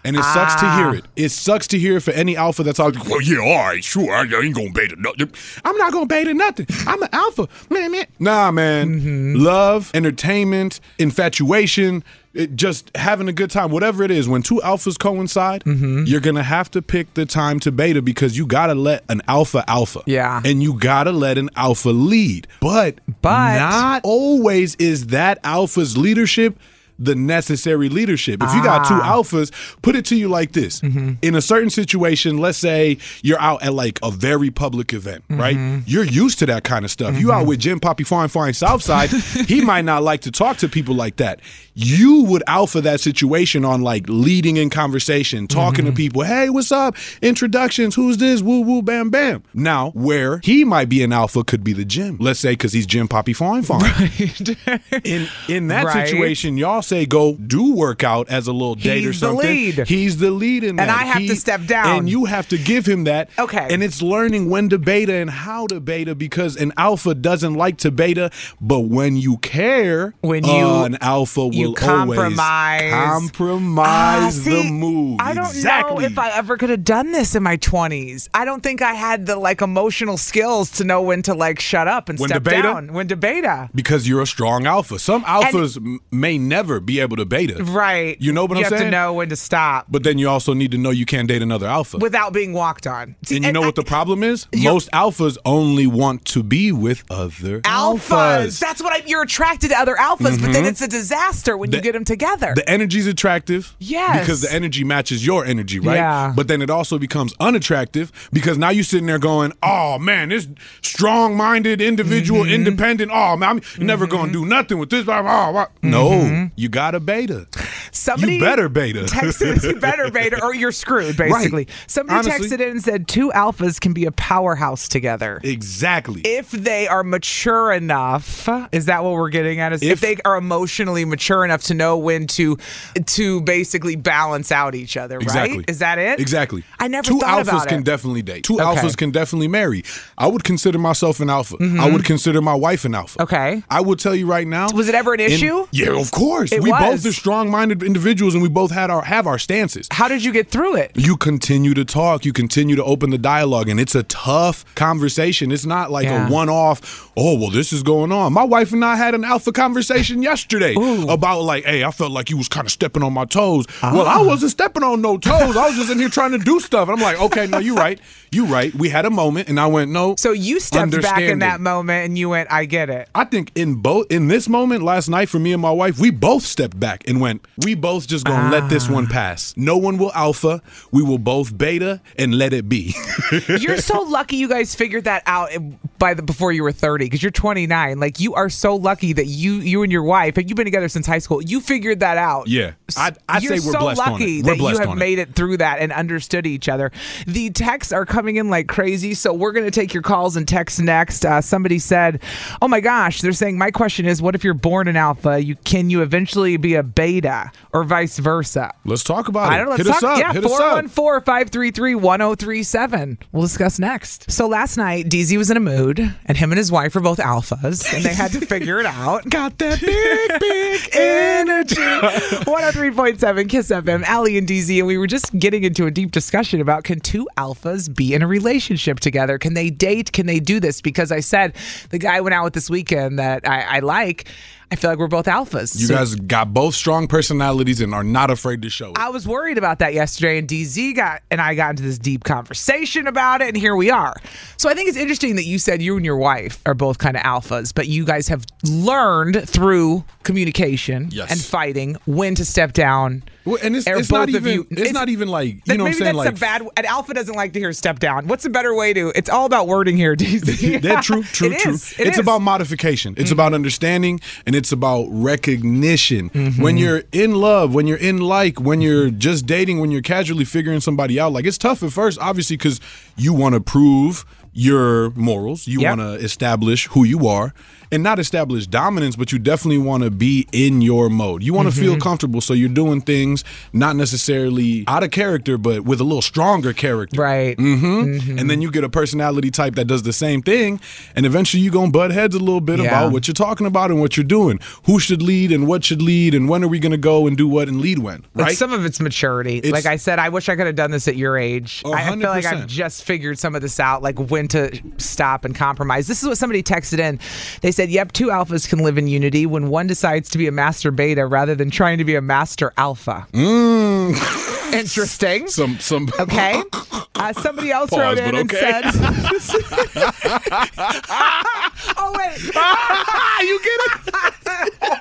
Speaker 3: And it sucks to hear
Speaker 2: Ah.
Speaker 3: it. It sucks to hear it for any alpha that's all like, well, yeah, all right, sure, I ain't gonna beta nothing. I'm not gonna beta nothing. I'm an alpha. Man, man. Nah, man.
Speaker 2: Mm-hmm.
Speaker 3: Love, entertainment, infatuation, it, just having a good time, whatever it is, when two alphas coincide,
Speaker 2: Mm-hmm.
Speaker 3: you're gonna have to pick the time to beta because you gotta let an alpha alpha.
Speaker 2: Yeah.
Speaker 3: And you gotta let an alpha lead. But,
Speaker 2: But-
Speaker 3: not always is that alpha's leadership the necessary leadership. If you got two alphas, put it to you like this.
Speaker 2: Mm-hmm.
Speaker 3: In a certain situation, let's say you're out at like a very public event,
Speaker 2: Mm-hmm.
Speaker 3: right? You're used to that kind of stuff. You out with Jim Poppy Fine Fine Southside, he might not like to talk to people like that. You would alpha that situation on like leading in conversation, talking
Speaker 2: Mm-hmm.
Speaker 3: to people, hey, what's up? Introductions, who's this? Woo woo bam bam. Now, where he might be an alpha could be the Jim. Let's say because he's Jim Poppy Fine Fine. In in that
Speaker 2: Right.
Speaker 3: situation, y'all say go do workout as a little date or
Speaker 2: He's the
Speaker 3: something.
Speaker 2: lead.
Speaker 3: He's the lead in that.
Speaker 2: I have to
Speaker 3: He-
Speaker 2: step down.
Speaker 3: And you have to give him that.
Speaker 2: Okay.
Speaker 3: And it's learning when to beta and how to beta because an alpha doesn't like to beta, but when you care,
Speaker 2: When
Speaker 3: uh,
Speaker 2: you-
Speaker 3: an alpha will
Speaker 2: you compromise.
Speaker 3: always compromise
Speaker 2: Ah, see,
Speaker 3: the move.
Speaker 2: I don't
Speaker 3: exactly.
Speaker 2: know if I ever could have done this in my twenties. I don't think I had the like emotional skills to know when to like shut up and
Speaker 3: When to
Speaker 2: step
Speaker 3: beta?
Speaker 2: down. When to beta.
Speaker 3: because you're a strong alpha. Some alphas m may never be able to beta.
Speaker 2: Right.
Speaker 3: You know what
Speaker 2: you
Speaker 3: I'm
Speaker 2: have
Speaker 3: saying?
Speaker 2: to know when to stop
Speaker 3: But then you also need to know you can't date another alpha.
Speaker 2: without being walked on. See,
Speaker 3: and you know
Speaker 2: I-
Speaker 3: what the problem is? Most alphas only want to be with other
Speaker 2: alphas. That's what I, you're attracted to other alphas, but
Speaker 3: Mm-hmm.
Speaker 2: then it's a disaster when you
Speaker 3: The-
Speaker 2: get them together.
Speaker 3: the energy's attractive.
Speaker 2: Yes.
Speaker 3: Because the energy matches your energy, right?
Speaker 2: Yeah.
Speaker 3: But then it also becomes unattractive because now you're sitting there going, oh man, this strong minded individual,
Speaker 2: Mm-hmm.
Speaker 3: independent, oh man, I'm never going to do nothing with this. blah, blah, blah." No, you got a beta.
Speaker 2: Mm-hmm. Somebody
Speaker 3: You better beta.
Speaker 2: texted you better beta, or you're screwed. Basically, somebody
Speaker 3: Honestly.
Speaker 2: texted in and said two alphas can be a powerhouse together.
Speaker 3: Exactly.
Speaker 2: if they are mature enough, is that what we're getting at? Is if,
Speaker 3: If-
Speaker 2: they are emotionally mature enough to know when to to basically balance out each other,
Speaker 3: Exactly.
Speaker 2: right? Is that it?
Speaker 3: Exactly.
Speaker 2: I never
Speaker 3: Two
Speaker 2: thought
Speaker 3: alphas
Speaker 2: about
Speaker 3: can
Speaker 2: it.
Speaker 3: definitely date. Two
Speaker 2: Okay.
Speaker 3: alphas can definitely marry. I would consider myself an alpha.
Speaker 2: Mm-hmm.
Speaker 3: I would consider my wife an alpha.
Speaker 2: Okay.
Speaker 3: I will tell you right now.
Speaker 2: Was it ever an
Speaker 3: in-
Speaker 2: issue?
Speaker 3: yeah, of course.
Speaker 2: It
Speaker 3: we
Speaker 2: was.
Speaker 3: both are strong-minded individuals, and we both had our have our stances.
Speaker 2: How did you get through it?
Speaker 3: You continue to talk. You continue to open the dialogue, and it's a tough conversation. It's not like
Speaker 2: Yeah.
Speaker 3: a one-off. Oh well, this is going on. My wife and I had an alpha conversation yesterday about like, hey, I felt like you was kind of stepping on my toes. Well,
Speaker 2: Ah.
Speaker 3: I wasn't stepping on no toes. I was just in here trying to do stuff. And I'm like, okay, no, you're right. You're right. We had a moment, and I went, no.
Speaker 2: So you stepped back in
Speaker 3: understanding.
Speaker 2: that moment and you went, "I get it."
Speaker 3: I think in both in this moment last night for me and my wife, we both stepped back and went, we both just gonna let
Speaker 2: Ah.
Speaker 3: this one pass. No one will alpha. We will both beta and let it be.
Speaker 2: You're so lucky you guys figured that out by the before you were 30 because you're 29. Like you are so lucky that you you and your wife have you been together since high school. You figured that out.
Speaker 3: Yeah. I- I'd
Speaker 2: you're
Speaker 3: say we're
Speaker 2: so
Speaker 3: blessed on it.
Speaker 2: lucky
Speaker 3: We're
Speaker 2: that
Speaker 3: blessed
Speaker 2: you have
Speaker 3: on it.
Speaker 2: made it through that and understood each other. The texts are coming in like crazy, so we're gonna take your calls and texts next. Uh, somebody said, "Oh my gosh," they're saying. My question is, what if you're born an alpha? You can you eventually be a beta or vice versa?
Speaker 3: Let's talk about
Speaker 2: I don't know.
Speaker 3: it. Hit
Speaker 2: let's
Speaker 3: us up.
Speaker 2: talk- Yeah,
Speaker 3: Hit us up.
Speaker 2: 414 533 1037. We'll discuss next. So last night, DZ was in a mood, and him and his wife were both alphas, and they had to figure it out. Got that big, big energy. 103.7 Kiss FM, Allie and DZ, and we were just getting into a deep discussion about can two alphas be in a relationship together? Can they date? Can they do this? Because I said the guy I went out with this weekend that I, I like, I feel like we're both alphas.
Speaker 3: You
Speaker 2: So-
Speaker 3: guys got both strong personalities and are not afraid to show it.
Speaker 2: I was worried about that yesterday, and DZ got and I got into this deep conversation about it, and here we are. So I think it's interesting that you said you and your wife are both kind of alphas, but you guys have learned through communication
Speaker 3: Yes.
Speaker 2: and fighting when to step down.
Speaker 3: Well, and it's,
Speaker 2: Or
Speaker 3: it's not
Speaker 2: both of
Speaker 3: even
Speaker 2: you-
Speaker 3: it's,
Speaker 2: it's-
Speaker 3: not even like you
Speaker 2: That-
Speaker 3: know what I'm
Speaker 2: maybe
Speaker 3: saying
Speaker 2: that's
Speaker 3: like
Speaker 2: a bad. An alpha doesn't like to hear step down. What's a better way to? It's all about wording here, DZ.
Speaker 3: that true, true,
Speaker 2: It
Speaker 3: true.
Speaker 2: is, it is.
Speaker 3: it's about modification. It's about understanding and it's about recognition.
Speaker 2: Mm-hmm.
Speaker 3: When you're in love, when you're in like, when you're just dating, when you're casually figuring somebody out, like it's tough at first, obviously, because you want to prove your morals, you
Speaker 2: Yep.
Speaker 3: want to establish who you are, and not establish dominance, but you definitely want to be in your mode. You want to
Speaker 2: Mm-hmm.
Speaker 3: feel comfortable, so you're doing things not necessarily out of character, but with a little stronger character Mm-hmm.
Speaker 2: right. Mm-hmm.
Speaker 3: and then you get a personality type that does the same thing and eventually you gonna butt heads a little bit
Speaker 2: Yeah.
Speaker 3: about what you're talking about and what you're doing who should lead and what should lead and when are we gonna go and do what and lead when
Speaker 2: But
Speaker 3: right
Speaker 2: some of it's maturity.
Speaker 3: It's-
Speaker 2: like I said, I wish I could have done this at your age.
Speaker 3: A
Speaker 2: I I feel like I've
Speaker 3: 100%.
Speaker 2: just figured some of this out, like when to stop and compromise. This is what somebody texted in. They said, Yep, two alphas can live in unity when one decides to be a master beta rather than trying to be a master alpha. Interesting.
Speaker 3: Mm. some some
Speaker 2: Okay. Uh, somebody else
Speaker 3: Pause,
Speaker 2: wrote in and
Speaker 3: but okay.
Speaker 2: said, "Oh wait, you get it?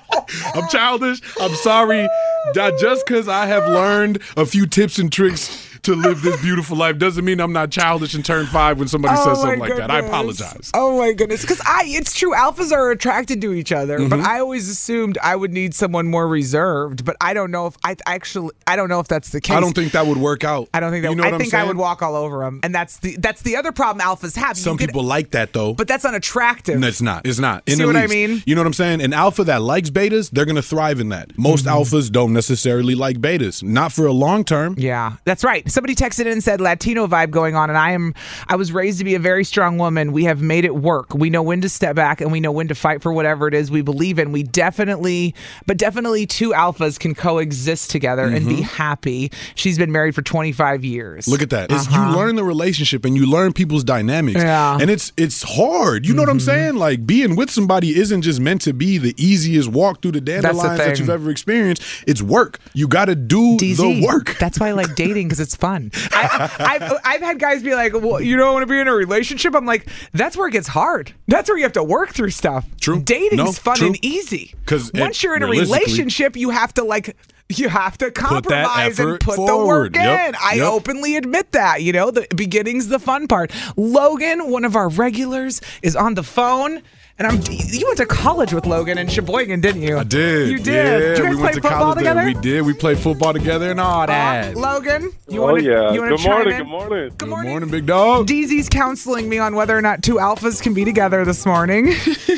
Speaker 3: i'm childish i'm sorry Ju- just because i have learned a few tips and tricks to live this beautiful life doesn't mean i'm not childish and turn five when somebody says
Speaker 2: Oh my
Speaker 3: something like that i
Speaker 2: goodness.
Speaker 3: apologize
Speaker 2: Oh my goodness, because I it's true alphas are attracted to each other,
Speaker 3: Mm-hmm.
Speaker 2: but I always assumed I would need someone more reserved. But I don't know if I actually I don't know if that's the case.
Speaker 3: I don't think that would work out.
Speaker 2: I don't think that.
Speaker 3: You know what
Speaker 2: I
Speaker 3: I'm
Speaker 2: think I
Speaker 3: saying?
Speaker 2: would walk all over them, and that's the that's the other problem alphas have. You
Speaker 3: Some
Speaker 2: get-
Speaker 3: people like that though.
Speaker 2: but that's unattractive.
Speaker 3: No, it's not. It's not. In
Speaker 2: See
Speaker 3: the
Speaker 2: what I
Speaker 3: least.
Speaker 2: mean?
Speaker 3: You know what I'm saying? An alpha that likes betas, they're gonna thrive in that. Most
Speaker 2: Mm-hmm.
Speaker 3: alphas don't necessarily like betas. Not for a long term.
Speaker 2: Yeah, that's right. Somebody texted in and said Latino vibe going on, and I am I was raised to be a very strong woman. We have made it work. We know when to step back and we know when to fight for whatever it is we believe in. We definitely, but definitely, two alphas can coexist together and be happy. She's been married for 25 years.
Speaker 3: Mm-hmm. Look at that. It's, You learn the relationship and you learn people's dynamics.
Speaker 2: Uh-huh. Yeah. Mm-hmm.
Speaker 3: And it's it's hard. You know what I'm saying? Like being with somebody isn't just meant to be the easiest walk through the dandelions that
Speaker 2: thing.
Speaker 3: you've ever experienced. It's work. You gotta do
Speaker 2: DZ.
Speaker 3: the work.
Speaker 2: That's why I like dating because it's fun. I, I've, I've had guys be like, "Well, you don't want to be in a relationship." I'm like, "That's where it gets hard. That's where you have to work through stuff."
Speaker 3: True.
Speaker 2: Dating's
Speaker 3: No,
Speaker 2: fun
Speaker 3: true.
Speaker 2: and easy.
Speaker 3: 'Cause it-
Speaker 2: once you're in a
Speaker 3: realistically-
Speaker 2: relationship, you have to like. You have to
Speaker 3: that
Speaker 2: compromise and
Speaker 3: effort
Speaker 2: put
Speaker 3: forward.
Speaker 2: the work
Speaker 3: Yep,
Speaker 2: in. I
Speaker 3: yep.
Speaker 2: openly admit that. You know, the beginning's the fun part. Logan, one of our regulars, is on the phone, and I'm. You went to college with Logan in Sheboygan, didn't you?
Speaker 3: I did.
Speaker 2: You did.
Speaker 3: Yeah,
Speaker 2: did you guys
Speaker 3: we went
Speaker 2: play
Speaker 3: to
Speaker 2: football
Speaker 3: college
Speaker 2: together?
Speaker 3: there. We did. We played football together and all
Speaker 2: Uh,
Speaker 3: that.
Speaker 2: Logan, you
Speaker 6: oh,
Speaker 2: want to?
Speaker 6: yeah.
Speaker 2: You want
Speaker 6: Good
Speaker 2: to chime
Speaker 6: morning.
Speaker 2: in?
Speaker 6: Good morning.
Speaker 2: Good
Speaker 3: Good
Speaker 2: morning.
Speaker 3: morning, big dog.
Speaker 2: DZ's counseling me on whether or not two alphas can be together this morning.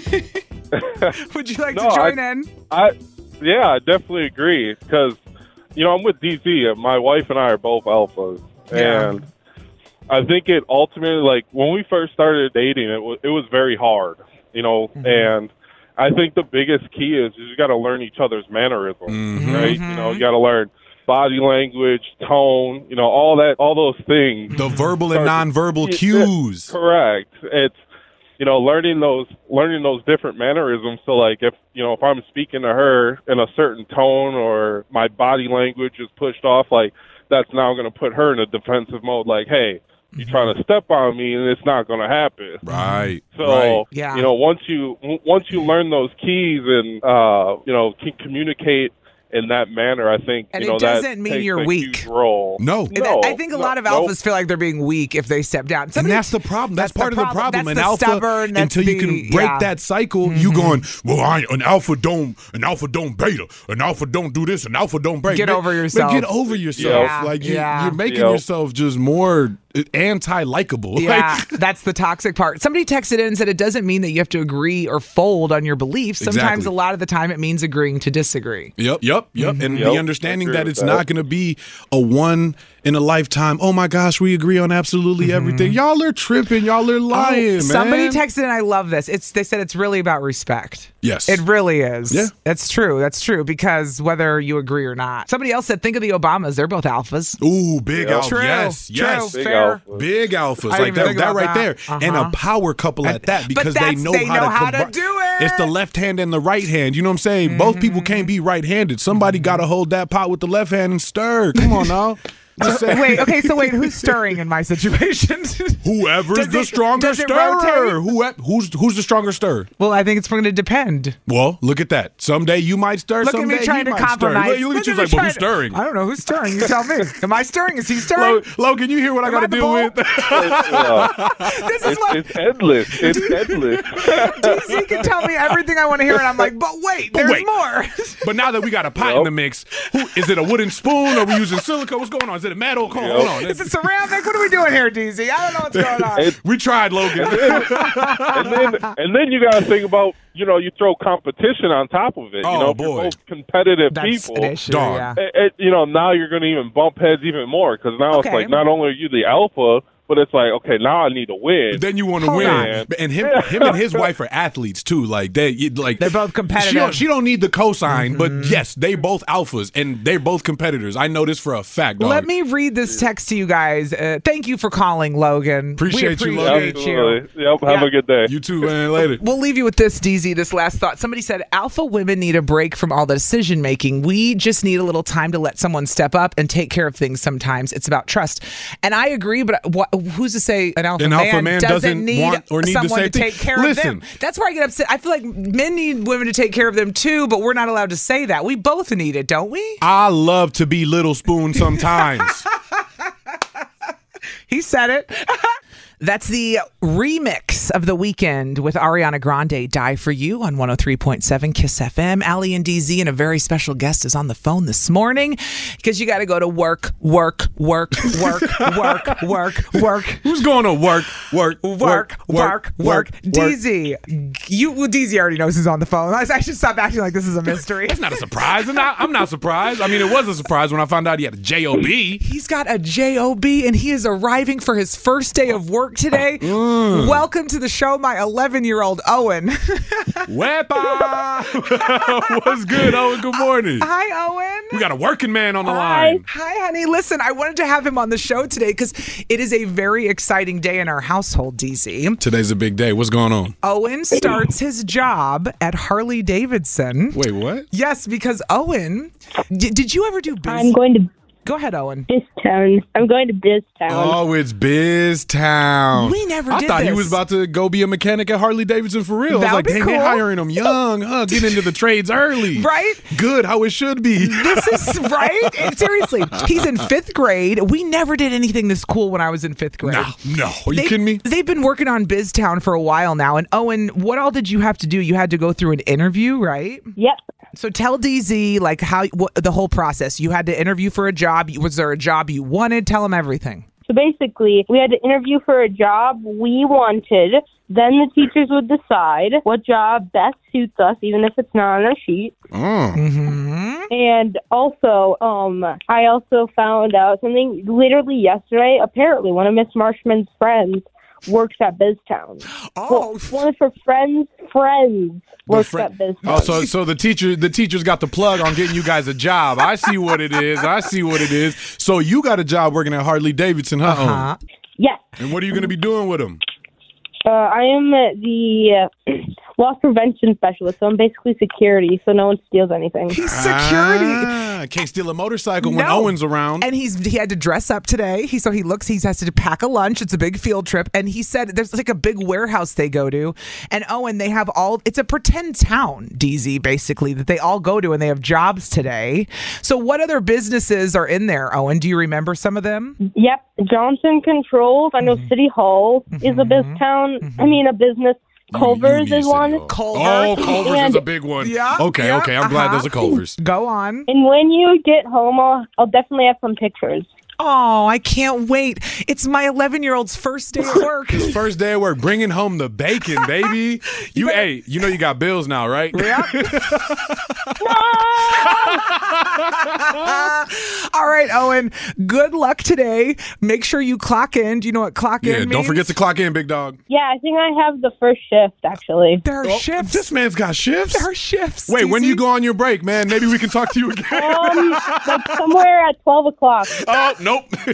Speaker 2: Would you like
Speaker 6: No,
Speaker 2: to
Speaker 6: I-
Speaker 2: join in?
Speaker 6: I, yeah, I definitely agree because, you know, I'm with DZ. and My wife and I are both alphas,
Speaker 2: Yeah.
Speaker 6: and I think it ultimately, like when we first started dating, it was it was very hard, you know,
Speaker 2: Mm-hmm.
Speaker 6: and I think the biggest key is you got to learn each other's mannerisms,
Speaker 2: Mm-hmm.
Speaker 6: right? You know, you got to learn body language, tone, you know, all that, all those things.
Speaker 3: The verbal and nonverbal
Speaker 6: Yeah,
Speaker 3: cues.
Speaker 6: Correct. It's you know learning those learning those different mannerisms. So like if you know if I'm speaking to her in a certain tone or my body language is pushed off, like that's now going to put her in a defensive mode. Like hey, you're trying to step on me, and it's not going to happen.
Speaker 3: Mm-hmm. Right.
Speaker 6: So
Speaker 3: right.
Speaker 2: Yeah.
Speaker 6: you know, once you w- once you learn those keys and uh, you know can communicate in that manner, I think
Speaker 2: And
Speaker 6: you
Speaker 2: it
Speaker 6: know that
Speaker 2: doesn't mean
Speaker 6: takes
Speaker 2: you're
Speaker 6: a
Speaker 2: weak.
Speaker 6: huge role.
Speaker 3: No.
Speaker 2: And
Speaker 6: No,
Speaker 2: I think a
Speaker 6: no,
Speaker 2: lot of
Speaker 6: no.
Speaker 2: alphas feel like they're being weak if they step down.
Speaker 3: And
Speaker 2: Somebody-
Speaker 3: that's the problem. That's, part of the problem.
Speaker 2: That's
Speaker 3: an
Speaker 2: the
Speaker 3: alpha,
Speaker 2: stubborn, that's
Speaker 3: until you
Speaker 2: the-
Speaker 3: can break
Speaker 2: yeah. Mm-hmm.
Speaker 3: that cycle, you going, well, I, an alpha don't, an alpha don't beta, an alpha don't do this, an alpha don't break.
Speaker 2: Get
Speaker 3: Man,
Speaker 2: over
Speaker 3: man,
Speaker 2: yourself.
Speaker 3: get over yourself.
Speaker 2: Yeah.
Speaker 3: Like you,
Speaker 2: Yeah.
Speaker 3: you're making
Speaker 6: Yep.
Speaker 3: yourself just more anti-likable.
Speaker 2: Yeah,
Speaker 3: Like,
Speaker 2: that's the toxic part. Somebody texted in and said it doesn't mean that you have to agree or fold on your beliefs. Sometimes
Speaker 3: Exactly.
Speaker 2: a lot of the time it means agreeing to disagree.
Speaker 3: Yep, yep, yep. And
Speaker 6: Yep,
Speaker 3: the understanding
Speaker 6: I agree
Speaker 3: that
Speaker 6: with
Speaker 3: it's
Speaker 6: that.
Speaker 3: not going to be a one in a lifetime. Oh my gosh, we agree on absolutely everything. Y'all are tripping. Y'all are lying, man.
Speaker 2: Mm-hmm. Oh, Somebody texted and I love this. It's they said it's really about respect.
Speaker 3: Yes.
Speaker 2: It really is.
Speaker 3: Yeah.
Speaker 2: That's true. That's true because whether you agree or not. Somebody else said think of the Obamas, they're both alphas.
Speaker 3: Ooh, big alpha.
Speaker 2: True.
Speaker 3: Yes,
Speaker 2: True.
Speaker 3: yes.
Speaker 6: Big
Speaker 2: Fair.
Speaker 6: alpha.
Speaker 3: Big alphas,
Speaker 2: didn't
Speaker 3: like
Speaker 2: even
Speaker 3: that,
Speaker 2: think
Speaker 3: that
Speaker 2: about
Speaker 3: right
Speaker 2: that.
Speaker 3: there, and
Speaker 2: Uh-huh.
Speaker 3: a power couple at that because they
Speaker 2: that's-
Speaker 3: know
Speaker 2: they
Speaker 3: how,
Speaker 2: know
Speaker 3: to,
Speaker 2: how to
Speaker 3: combine-
Speaker 2: do it.
Speaker 3: It's the left hand and the right hand. You know what I'm saying? Both people can't be right-handed. Somebody
Speaker 2: Mm-hmm.
Speaker 3: got to hold that pot with the left hand and stir. Come on now. Just saying.
Speaker 2: Wait, okay, so wait, who's stirring in my situation?
Speaker 3: Whoever's
Speaker 2: Does
Speaker 3: the
Speaker 2: it-
Speaker 3: stronger
Speaker 2: does it
Speaker 3: stirrer.
Speaker 2: rotate?
Speaker 3: Who, who's who's the stronger stirrer?
Speaker 2: well, I think it's going to depend.
Speaker 3: Well, look at that. Someday you might stir.
Speaker 2: Look at
Speaker 3: someday
Speaker 2: me trying
Speaker 3: you
Speaker 2: to
Speaker 3: might stir.
Speaker 2: compromise.
Speaker 3: Look, you look at you
Speaker 2: me
Speaker 3: like, but who's
Speaker 2: trying
Speaker 3: stirring?
Speaker 2: to- I don't know who's stirring. You tell me. Am I stirring? Is he stirring?
Speaker 3: Lo- Logan, you hear what I
Speaker 2: Am
Speaker 3: got
Speaker 2: I
Speaker 3: to
Speaker 2: the
Speaker 3: deal
Speaker 2: bull?
Speaker 3: with?
Speaker 2: this is
Speaker 6: It's,
Speaker 2: what
Speaker 6: it's endless. It's endless.
Speaker 2: DC can tell me everything I want to hear, and I'm like, but wait,
Speaker 3: But
Speaker 2: there's
Speaker 3: wait.
Speaker 2: more.
Speaker 3: but now that we got a pot in
Speaker 6: Yep.
Speaker 3: the mix, who is it? A wooden spoon? Are we using silica? What's going on? Is it a metal? Come on, hold on.
Speaker 2: is it ceramic? What are we doing here, DZ? I don't know what's going on.
Speaker 6: It's-
Speaker 3: we tried, Logan.
Speaker 6: and then and then you got to think about you know you throw competition on top of it.
Speaker 3: Oh,
Speaker 6: you know, if you're
Speaker 3: boy.
Speaker 6: both competitive
Speaker 2: That's
Speaker 6: people.
Speaker 2: an issue.
Speaker 3: Dog.
Speaker 2: Yeah.
Speaker 6: it, it, you know, now you're going to even bump heads even more because now
Speaker 2: Okay.
Speaker 6: it's like not only are you the alpha, but it's like okay, now I need to win.
Speaker 3: Then you want to
Speaker 2: Hold
Speaker 3: win,
Speaker 2: on.
Speaker 3: and him, him and his wife are athletes too. Like they, you- like
Speaker 2: They're both Mm-hmm. competitive.
Speaker 3: She don't, she don't need the cosign, but yes, they both alphas and they're both competitors. I know this for a fact. Dog.
Speaker 2: Let me read this text to you guys. Uh, thank you for calling, Logan. we
Speaker 3: Appreciate you,
Speaker 2: appreciate
Speaker 3: Logan.
Speaker 2: you.
Speaker 6: Absolutely. Yep. Have
Speaker 2: Yeah.
Speaker 6: a good day.
Speaker 3: You too, man. Later.
Speaker 2: We'll leave you with this, DZ, this last thought. Somebody said, Alpha women need a break from all the decision making. We just need a little time to let someone step up and take care of things sometimes. It's about trust. And I agree, but what, who's to say an alpha,
Speaker 3: An alpha man
Speaker 2: doesn't,
Speaker 3: doesn't
Speaker 2: need,
Speaker 3: want or need the
Speaker 2: someone
Speaker 3: same
Speaker 2: to
Speaker 3: thing?
Speaker 2: take care
Speaker 3: Listen.
Speaker 2: of them? That's where I get upset. I feel like men need women to take care of them too, but we're not allowed to say that. We both need it, don't we?
Speaker 3: I love to be little spoon sometimes.
Speaker 2: He said it. That's the remix of the weekend with Ariana Grande, Die for You on 103.7 Kiss FM. Ali and DZ and a very special guest is on the phone this morning because you got to go to work, work, work, work, work, work, work.
Speaker 3: Who's going to work, work,
Speaker 2: Work, work, work. DZ, you well, DZ already knows who's on the phone. I I should stop acting like this is a mystery.
Speaker 3: It's not a surprise, and I, I'm not surprised. I mean, it was a surprise when I found out he had a job.
Speaker 2: He's got a job, and he is arriving for his first day of work today.
Speaker 3: Mm.
Speaker 2: Welcome to the show, my 11 year old Owen.
Speaker 3: Wepa! What's good, Owen? Good morning.
Speaker 2: Hi, Owen.
Speaker 3: We got a working man on the
Speaker 5: Hi.
Speaker 3: line.
Speaker 2: Hi, honey. Listen, I wanted to have him on the show today because it is a very exciting day in our household, DZ.
Speaker 3: Today's a big day. What's going on?
Speaker 2: Owen starts his job at Harley Davidson.
Speaker 3: Wait, what?
Speaker 2: Yes, because Owen, d- did you ever do
Speaker 5: I'm
Speaker 2: business?
Speaker 5: going to
Speaker 2: Go ahead, Owen.
Speaker 5: this town. Um, I'm going to this town.
Speaker 3: Oh, it's Biz Town.
Speaker 2: We never
Speaker 3: I
Speaker 2: did
Speaker 3: thought he
Speaker 2: this.
Speaker 3: was about to go be a mechanic at Harley Davidson for real.
Speaker 2: That
Speaker 3: I
Speaker 2: would be
Speaker 3: was like, dang,
Speaker 2: cool."
Speaker 3: they're hiring him young. Huh? Get into the trades early.
Speaker 2: Right?
Speaker 3: Good, how it should be.
Speaker 2: This is right. And seriously, he's in fifth grade. We never did anything this cool when I was in fifth grade.
Speaker 3: No, no. Are you
Speaker 2: They-
Speaker 3: kidding me?
Speaker 2: They've been working on BizTown for a while now. And Owen, what all did you have to do? You had to go through an interview, right?
Speaker 5: Yep.
Speaker 2: So tell DZ like how what, the whole process. You had to interview for a job. Was there a job you wanted? Tell him everything.
Speaker 5: So basically, we had to interview for a job we wanted. Then the teachers would decide what job best suits us, even if it's not on our sheet.
Speaker 3: Oh.
Speaker 5: And also, um, I also found out something literally yesterday. Apparently, one of Miss Marshman's friends works at BizTown.
Speaker 2: Oh,
Speaker 5: One of her friends' friends works at BizTown.
Speaker 3: Oh, so so the teacher the teacher's got the plug on getting you guys a job. I see what it is. I see what it is. So you got a job working at Harley Davidson, huh? Oh.
Speaker 2: uh-huh.
Speaker 5: yes.
Speaker 3: And what are you going to be doing with them?
Speaker 5: Uh, I am Uh, the loss prevention specialist, so I'm basically security, so no one steals anything.
Speaker 3: Uh-huh.
Speaker 2: Security.
Speaker 3: Ah, can't steal a motorcycle when
Speaker 2: No.
Speaker 3: Owen's around.
Speaker 2: And he's he had to dress up today. He so he looks he has to pack a lunch. It's a big field trip, and he said there's like a big warehouse they go to, and oh, and they have all it's a pretend town, DZ basically that they all go to, and they have jobs today. So what other businesses are in there, Owen? Do you remember some of them?
Speaker 5: Yep, Johnson Controls. I know
Speaker 3: Mm-hmm.
Speaker 5: City Hall is a biz town. I mean, a business. Culver's is one.
Speaker 2: Culver.
Speaker 3: oh, Culver's is
Speaker 5: and-
Speaker 3: a big one.
Speaker 2: Yeah,
Speaker 3: Okay,
Speaker 2: yeah,
Speaker 3: okay. I'm glad
Speaker 2: uh-huh.
Speaker 3: there's a Culver's.
Speaker 2: Go on.
Speaker 5: And when you get home, I'll, I'll definitely have some pictures.
Speaker 2: Oh, I can't wait. It's my 11 year old's first day at work.
Speaker 3: His first day at work, bringing home the bacon, baby. You, hey, you know you got bills now, right?
Speaker 2: All right, Owen, good luck today. Make sure you clock in. Do you know what clock in
Speaker 3: Yeah,
Speaker 2: means?
Speaker 3: don't forget to clock in, big dog.
Speaker 5: Yeah, I think I have the first shift actually.
Speaker 2: There are
Speaker 3: Oh,
Speaker 2: shifts.
Speaker 3: This man's got shifts.
Speaker 2: there are shifts.
Speaker 3: Wait, when
Speaker 2: DZ.
Speaker 3: you go on your break, man, maybe we can talk to you again.
Speaker 5: Um, like somewhere at twelve o'clock.
Speaker 3: oh, nope. he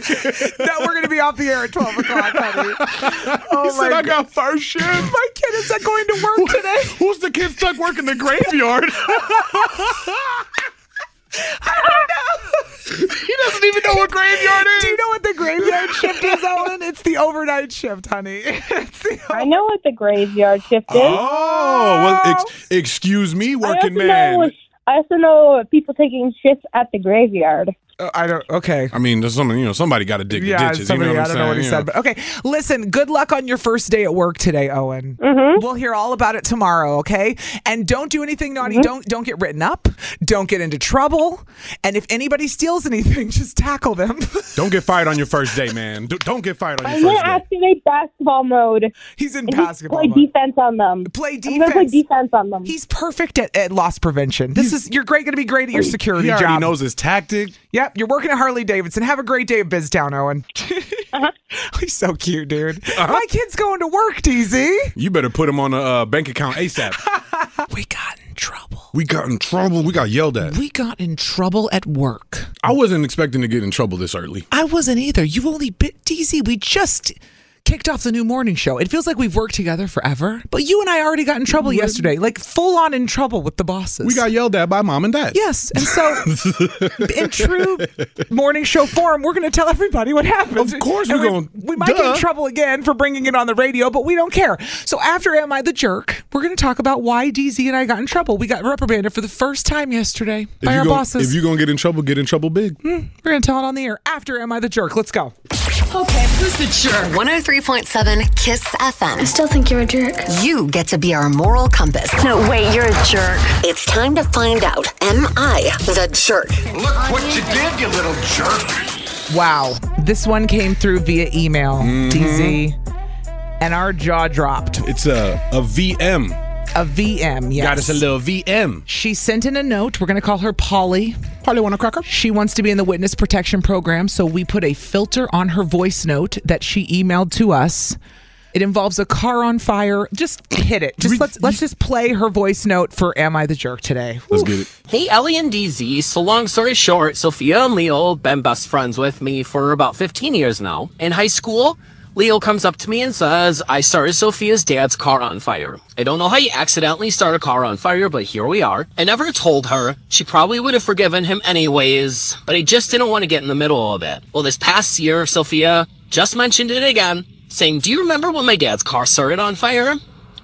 Speaker 2: No, we're going to be off the air at 12 o'clock, honey. Oh,
Speaker 3: said
Speaker 2: my
Speaker 3: I
Speaker 2: God.
Speaker 3: got first shift.
Speaker 2: My kid is not going to work today.
Speaker 3: Who's the kid stuck working the graveyard? he doesn't even know what graveyard is.
Speaker 2: Do you know what the graveyard shift is, Owen? It's the overnight shift, honey. It's the
Speaker 5: I know what the graveyard shift is.
Speaker 3: Oh, well, ex- excuse me,
Speaker 5: I
Speaker 3: working
Speaker 5: also
Speaker 3: man.
Speaker 5: know. I also know people taking shifts at the graveyard.
Speaker 2: Uh, I don't. Okay.
Speaker 3: I mean, there's something, you know, somebody got to dig
Speaker 2: Yeah,
Speaker 3: the ditches.
Speaker 2: somebody,
Speaker 3: you know
Speaker 2: I
Speaker 3: what
Speaker 2: don't
Speaker 3: I'm
Speaker 2: know what he said,
Speaker 3: saying?
Speaker 2: but okay. Listen, good luck on your first day at work today, Owen. We'll hear all about it tomorrow, okay? And don't do anything naughty. Don't don't get written up. Don't get into trouble. And if anybody steals anything, just tackle them.
Speaker 3: Don't get fired on your first day, man. Do- don't get fired on
Speaker 5: I'm
Speaker 3: your
Speaker 5: gonna
Speaker 3: first day.
Speaker 5: activate basketball mode and
Speaker 2: He's in
Speaker 5: just
Speaker 2: basketball.
Speaker 5: play
Speaker 2: mode.
Speaker 5: defense on them.
Speaker 2: Play
Speaker 5: I'm gonna play
Speaker 2: defense.
Speaker 5: defense on them.
Speaker 2: He's perfect at, at loss prevention. This is you're great going to be great at your security
Speaker 3: He already
Speaker 2: job.
Speaker 3: knows his tactic.
Speaker 2: Yep, you're working at Harley Davidson. Have a great day at BizTown, Owen. He's so cute, dude.
Speaker 3: Uh-huh.
Speaker 2: My kid's going to work, DZ.
Speaker 3: You better put him on a uh, bank account ASAP.
Speaker 2: We got in trouble.
Speaker 3: we got in trouble. We got yelled at.
Speaker 2: We got in trouble at work.
Speaker 3: I wasn't expecting to get in trouble this early.
Speaker 2: I wasn't either. You only bit DZ. We just kicked off the new morning show. It feels like we've worked together forever. But you and I already got in trouble yesterday, like full on in trouble with the bosses.
Speaker 3: We got yelled at by mom and dad.
Speaker 2: Yes, and so in true morning show form, we're going to tell everybody what happens.
Speaker 3: Of course
Speaker 2: And
Speaker 3: we're
Speaker 2: we-
Speaker 3: gonna-
Speaker 2: We might get in
Speaker 3: duh.
Speaker 2: trouble again for bringing it on the radio, but we don't care. So after "Am I the Jerk," we're going to talk about why DZ and I got in trouble. We got reprimanded for the first time yesterday
Speaker 3: If
Speaker 2: by
Speaker 3: you
Speaker 2: our
Speaker 3: gon-
Speaker 2: bosses.
Speaker 3: If you're going to get in trouble, get in trouble big.
Speaker 2: Hmm, We're going to tell it on the air after Am I the Jerk? Let's go.
Speaker 1: 103.7 Kiss FM.
Speaker 7: Still think you're a jerk.
Speaker 1: You get to be our moral compass.
Speaker 7: No, wait, you're a jerk.
Speaker 1: It's time to find out Am I the jerk?
Speaker 8: Look what you did, you little jerk.
Speaker 2: Wow. This one came through via email, DZ, and our jaw dropped.
Speaker 3: Mm-hmm. It's a, a VM.
Speaker 2: A VM, yes.
Speaker 3: Got us a little VM.
Speaker 2: She sent in a note. We're going to call her Polly.
Speaker 3: Probably want a cracker.
Speaker 2: She wants to be in the witness protection program, so we put a filter on her voice note that she emailed to us. It involves a car on fire. Just hit it. Just let's let's just play her voice note for "Am I the Jerk" today.
Speaker 3: Let's get it.
Speaker 9: Hey, Ellie and DZ. So, long story short, Sophia and Leo have been best friends with me for about 15 years now. In high school, Leo comes up to me and says, I started Sophia's dad's car on fire. I don't know how you accidentally start a car on fire, but here we are. I never told her. She probably would have forgiven him anyways, but I just didn't want to get in the middle of it. Well, this past year, Sophia just mentioned it again, saying, Do you remember when my dad's car started on fire?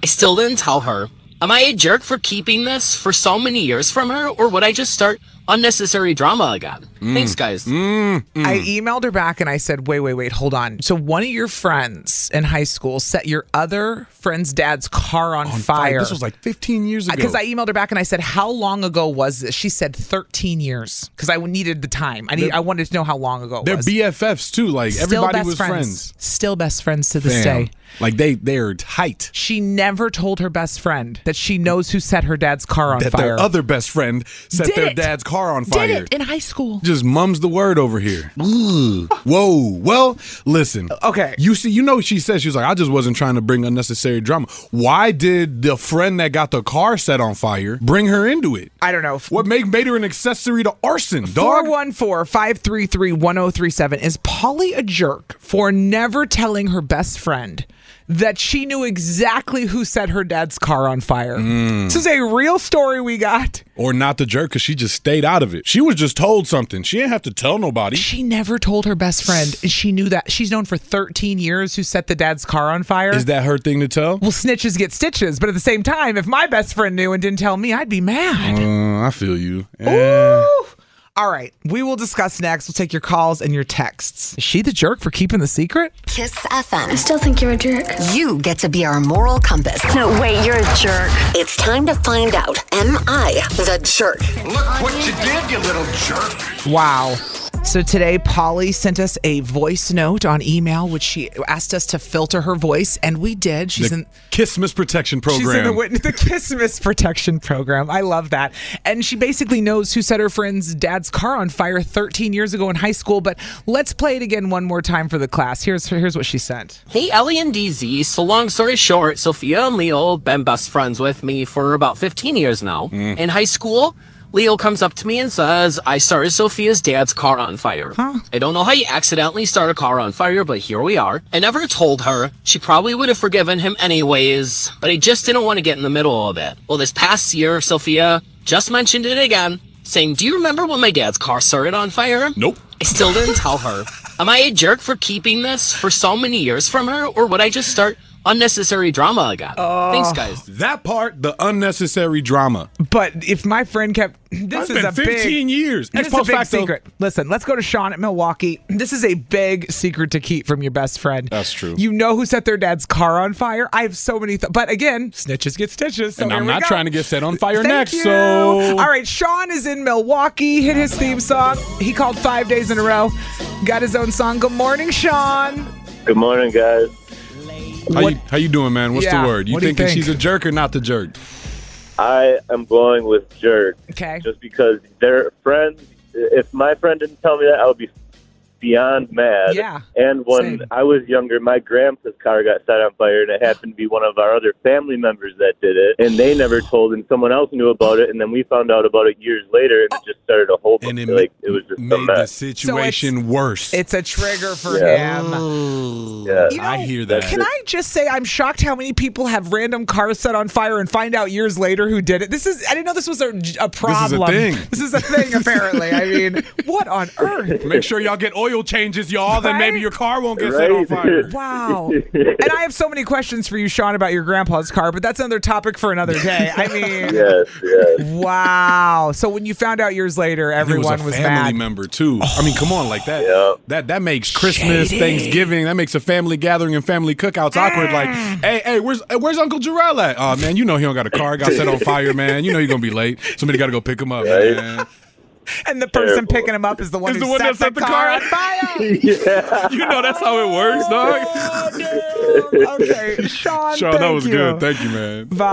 Speaker 9: I still didn't tell her. Am I a jerk for keeping this for so many years from her, or would I just start unnecessary drama again? Thanks, guys.
Speaker 2: I
Speaker 3: Mm.
Speaker 2: emailed her back and I said, "Wait, wait, wait, hold on." So one of your friends in high school set your other friend's dad's car on, fire.
Speaker 3: This was like 15 years ago.
Speaker 2: because I emailed her back and I said, "How long ago was this?" She said, "13 years." Because I needed the time. I need. I wanted to know how long ago. It
Speaker 3: They're
Speaker 2: was.
Speaker 3: BFFs too. Like everybody was friends.
Speaker 2: Still best friends to this
Speaker 3: Damn.
Speaker 2: day.
Speaker 3: Like they they're tight.
Speaker 2: She never told her best friend that she knows who set her dad's car on
Speaker 3: That
Speaker 2: fire.
Speaker 3: their other best friend set
Speaker 2: Did
Speaker 3: their
Speaker 2: it.
Speaker 3: dad's car on
Speaker 2: Did
Speaker 3: fire.
Speaker 2: it in high school.
Speaker 3: Just mums the word over here. Ooh. Whoa. Well, listen.
Speaker 2: Okay.
Speaker 3: You see, you know, she said she was like, I just wasn't trying to bring unnecessary drama. Why did the friend that got the car set on fire bring her into it?
Speaker 2: I don't know.
Speaker 3: What made made her an accessory to arson, dog?
Speaker 2: 414 oh 533 1037. Is Polly a jerk for never telling her best friend that she knew exactly who set her dad's car on fire. This is a real story we got.
Speaker 3: Mm. Or not the jerk because she just stayed out of it. She was just told something. She didn't have to tell nobody.
Speaker 2: She never told her best friend. and She knew that she's known for 13 years who set the dad's car on fire.
Speaker 3: Is that her thing to tell?
Speaker 2: Well, snitches get stitches, but at the same time, if my best friend knew and didn't tell me, I'd be mad.
Speaker 3: Uh, I feel you. Eh.
Speaker 2: All right, we will discuss next. We'll take your calls and your texts. Is she the jerk for keeping the secret?
Speaker 1: Kiss FM. I still think you're a jerk. You get to be our moral compass. No, wait, you're a jerk. It's time to find out Am I the jerk?
Speaker 8: Look what you did, you little jerk.
Speaker 2: Wow. So today, Polly sent us a voice note on email, which she asked us to filter her voice, and we did. She's
Speaker 3: The
Speaker 2: in.
Speaker 3: Kissmas Protection Program.
Speaker 2: She's in the, wit- the Kissmas Protection Program. I love that. And she basically knows who set her friend's dad's car on fire 13 years ago in high school. But let's play it again one more time for the class. Here's here's what she sent.
Speaker 9: Hey, Ellie and DZ. So, long story short, Sophia and Leo have been best friends with me for about 15 years now. In high school, Leo comes up to me and says, I started Sophia's dad's car on fire. I don't know how you accidentally start a car on fire, but here we are. I never told her. She probably would have forgiven him anyways, but I just didn't want to get in the middle of it. Well, this past year, Sophia just mentioned it again, saying, Do you remember when my dad's car started on fire?
Speaker 3: Nope.
Speaker 9: I still didn't tell her. Am I a jerk for keeping this for so many years from her, or would I just start unnecessary drama again?
Speaker 3: Oh,
Speaker 9: Thanks, guys.
Speaker 3: That part, the unnecessary drama.
Speaker 2: But if my friend kept this
Speaker 3: It's
Speaker 2: is
Speaker 3: been
Speaker 2: a big-
Speaker 3: 15 years.
Speaker 2: This
Speaker 3: Ex
Speaker 2: is a
Speaker 3: post
Speaker 2: big
Speaker 3: facto.
Speaker 2: secret. Listen, let's go to Sean at Milwaukee. This is a big secret to keep from your best friend. That's
Speaker 3: true.
Speaker 2: You know who set their dad's car on fire? I have so many. Th- but again, snitches get stitches. So
Speaker 3: and
Speaker 2: here
Speaker 3: I'm
Speaker 2: we
Speaker 3: not
Speaker 2: go.
Speaker 3: trying to get set on fire
Speaker 2: Thank
Speaker 3: next,
Speaker 2: you.
Speaker 3: so.
Speaker 2: all right, Sean is in Milwaukee. Hit his theme song. He called five days in a row. Got his own song. Good morning, Sean.
Speaker 10: Good morning, guys.
Speaker 3: How you, how you doing, man? What's
Speaker 2: Yeah.
Speaker 3: the word? You
Speaker 2: What do you
Speaker 3: thinking
Speaker 2: think?
Speaker 3: she's a jerk or not the jerk?
Speaker 10: I am going with jerk.
Speaker 2: Okay.
Speaker 10: Just because their friend, if my friend didn't tell me that, I would be beyond mad.
Speaker 2: Yeah,
Speaker 10: And when
Speaker 2: same.
Speaker 10: I was younger, my grandpa's car got set on fire, and it happened to be one of our other family members that did it, and they never told, and someone else knew about it, and then we found out about it years later, and
Speaker 2: Oh.
Speaker 10: it just started a whole bunch. like it was just a
Speaker 3: Made the
Speaker 10: mess.
Speaker 3: situation worse.
Speaker 2: It's a trigger for
Speaker 10: Yeah.
Speaker 2: him. You know,
Speaker 3: I hear that.
Speaker 2: Can I just say I'm shocked how many people have random cars set on fire and find out years later who did it. This is I didn't know this was a, a problem.
Speaker 3: thing.
Speaker 2: This is a thing apparently. I mean, what on earth?
Speaker 3: Make sure y'all get oil changes, y'all. Then maybe
Speaker 2: Right?
Speaker 3: your car won't get set on
Speaker 10: Right?
Speaker 3: fire.
Speaker 2: Wow. And I have so many questions for you, Sean, about your grandpa's car, but that's another topic for another day. I mean,
Speaker 10: Yes, yes.
Speaker 2: wow. So when you found out years later,
Speaker 3: And
Speaker 2: everyone
Speaker 3: it
Speaker 2: was,
Speaker 3: was a family
Speaker 2: mad.
Speaker 3: member too. I mean, come on, like that. That that makes Christmas, Thanksgiving, that makes a family gathering and family cookouts awkward. Like,
Speaker 2: Ah.
Speaker 3: hey, hey, where's hey, where's Uncle Jarrell at? Oh man, you know he don't got a car, got set on fire, man. You know you're gonna be late. Somebody got to go pick him up,
Speaker 10: Right.
Speaker 3: man.
Speaker 2: And the person
Speaker 10: Terrible.
Speaker 2: picking him up is the one
Speaker 3: Is
Speaker 2: who
Speaker 3: the one
Speaker 2: set,
Speaker 3: that set
Speaker 2: the,
Speaker 3: the
Speaker 2: car
Speaker 3: car
Speaker 2: on fire.
Speaker 10: Yeah.
Speaker 3: You know that's how it works, dog.
Speaker 2: Oh, damn. Okay, Sean.
Speaker 3: Sean, that
Speaker 2: thank
Speaker 3: was
Speaker 2: you.
Speaker 3: good. Thank you, man.
Speaker 2: Bye.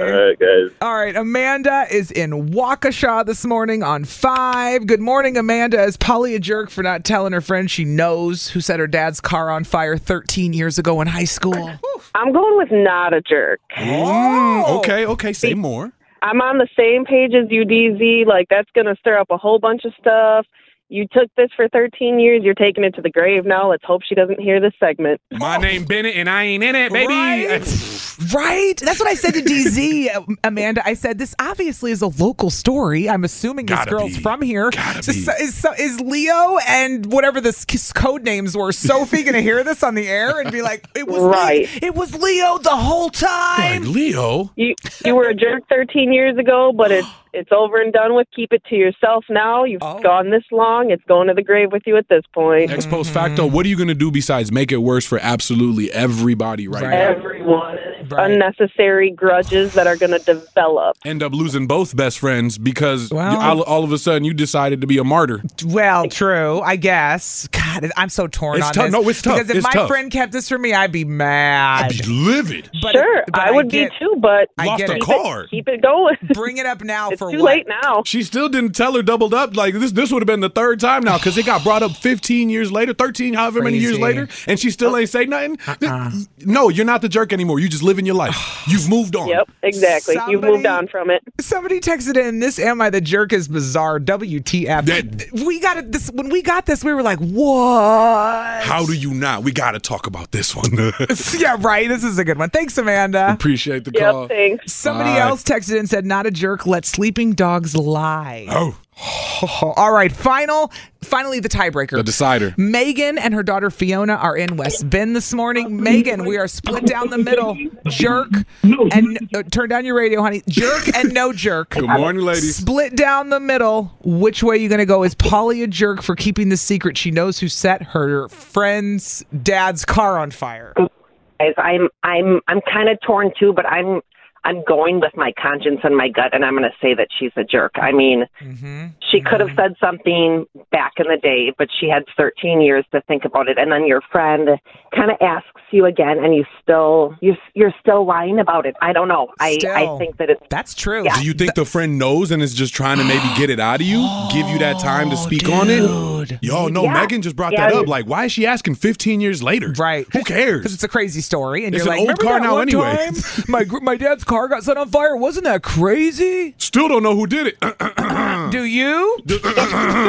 Speaker 10: All right, guys.
Speaker 2: All right, Amanda is in Waukesha this morning on five. Good morning, Amanda. Is Polly a jerk for not telling her friend she knows who set her dad's car on fire 13 years ago in high school?
Speaker 11: I'm going with not a jerk.
Speaker 3: Mm, okay, okay, say more.
Speaker 11: I'm on the same page as you, DZ. Like, that's going to stir up a whole bunch of stuff. You took this for 13 years. You're taking it to the grave now. Let's hope she doesn't hear this segment.
Speaker 3: My name Bennett, and I ain't in it, baby.
Speaker 2: Right? right? That's what I said to DZ, um, Amanda. I said this obviously is a local story. I'm assuming this
Speaker 3: Gotta
Speaker 2: girl's
Speaker 3: be.
Speaker 2: from here.
Speaker 3: Gotta
Speaker 2: So-
Speaker 3: be.
Speaker 2: so- Is, so- is Leo and whatever the s- code names were, Sophie, going to hear this on the air and be like, "It was
Speaker 11: Right.
Speaker 2: Leo. It was Leo the whole
Speaker 3: Like,
Speaker 2: time."
Speaker 3: Leo,
Speaker 11: You you were a jerk 13 years ago, but it's it's over and done with. Keep it to yourself now. You've gone this long. It's going to the grave with you at this point.
Speaker 3: ex post facto, what are you gonna do besides make it worse for absolutely everybody right,
Speaker 2: Right.
Speaker 3: now?
Speaker 11: Everyone,
Speaker 2: Right.
Speaker 11: unnecessary grudges that are going to develop.
Speaker 3: end up losing both best friends because
Speaker 2: Well-
Speaker 3: you- all, all of a sudden you decided to be a martyr.
Speaker 2: Well, true, I guess. God, I'm so torn
Speaker 3: It's
Speaker 2: on
Speaker 3: tough.
Speaker 2: this.
Speaker 3: No, it's tough.
Speaker 2: Because if
Speaker 3: It's
Speaker 2: my
Speaker 3: tough.
Speaker 2: friend kept this for me, I'd be mad.
Speaker 3: I'd be livid.
Speaker 2: but,
Speaker 11: sure,
Speaker 2: but
Speaker 11: I would
Speaker 2: get-
Speaker 11: be too, but
Speaker 2: I
Speaker 3: Lost
Speaker 2: get
Speaker 3: a
Speaker 2: it.
Speaker 11: keep it-
Speaker 3: car.
Speaker 11: Keep it going.
Speaker 2: Bring it up now
Speaker 11: it's
Speaker 2: for
Speaker 11: too
Speaker 2: what?
Speaker 11: late now.
Speaker 3: She still didn't tell her doubled up. Like this, this would have been the third time now because it got brought up 15 years later, 13, however many years
Speaker 2: Crazy. Uh-uh.
Speaker 3: later, and she still ain't say nothing. No, you're not the jerk anymore. You just living your life. You've moved on.
Speaker 11: Yep, exactly. You've moved on from it.
Speaker 2: Somebody texted in, "This am I the jerk is bizarre." WTF? we got it. This when we got this, we were like, "What?"
Speaker 3: How do you not? We got to talk about this one.
Speaker 2: yeah, right. This is a good one. Thanks, Amanda.
Speaker 3: Appreciate the Yep, call. thanks.
Speaker 2: Somebody
Speaker 3: All right.
Speaker 2: else texted and said, "Not a jerk. Let sleeping dogs lie."
Speaker 3: Oh.
Speaker 2: All right. Final. Finally, the tiebreaker.
Speaker 3: The decider.
Speaker 2: Megan and her daughter Fiona are in West Bend this morning. Megan, we are split down the middle. Jerk and uh, turn down your radio, honey. Jerk and no jerk.
Speaker 3: Good morning, ladies.
Speaker 2: Split down the middle. Which way you going to go? Is Polly a jerk for keeping the secret? She knows who set her friend's dad's car on fire.
Speaker 12: guys. I'm I'm I'm kind of torn too, but I'm I'm going with my conscience and my gut, and I'm going to say that she's a jerk. I mean, she could have said something back in the day, but she had 13 years to think about it, and then your friend kind of asks you again, and you still you you're still lying about it. I don't know. I I
Speaker 3: Still.
Speaker 12: think that it's
Speaker 2: that's true.
Speaker 3: Do you think the friend knows and is just trying to maybe get it out of you? Give you that time to speak on it? Yo, no,
Speaker 2: Oh, Yeah.
Speaker 3: Megan just brought
Speaker 2: Yeah.
Speaker 3: that up. Like, why is she asking 15 years later? Right. Who cares? Because
Speaker 2: it's a crazy story. And
Speaker 3: it's
Speaker 2: you're
Speaker 3: an
Speaker 2: like,
Speaker 3: old
Speaker 2: "Remember
Speaker 3: car
Speaker 2: that
Speaker 3: now
Speaker 2: one
Speaker 3: anyway.
Speaker 2: time my gr- my dad's car got set on fire. Wasn't that crazy?
Speaker 3: Still don't know who did it.
Speaker 2: Do you?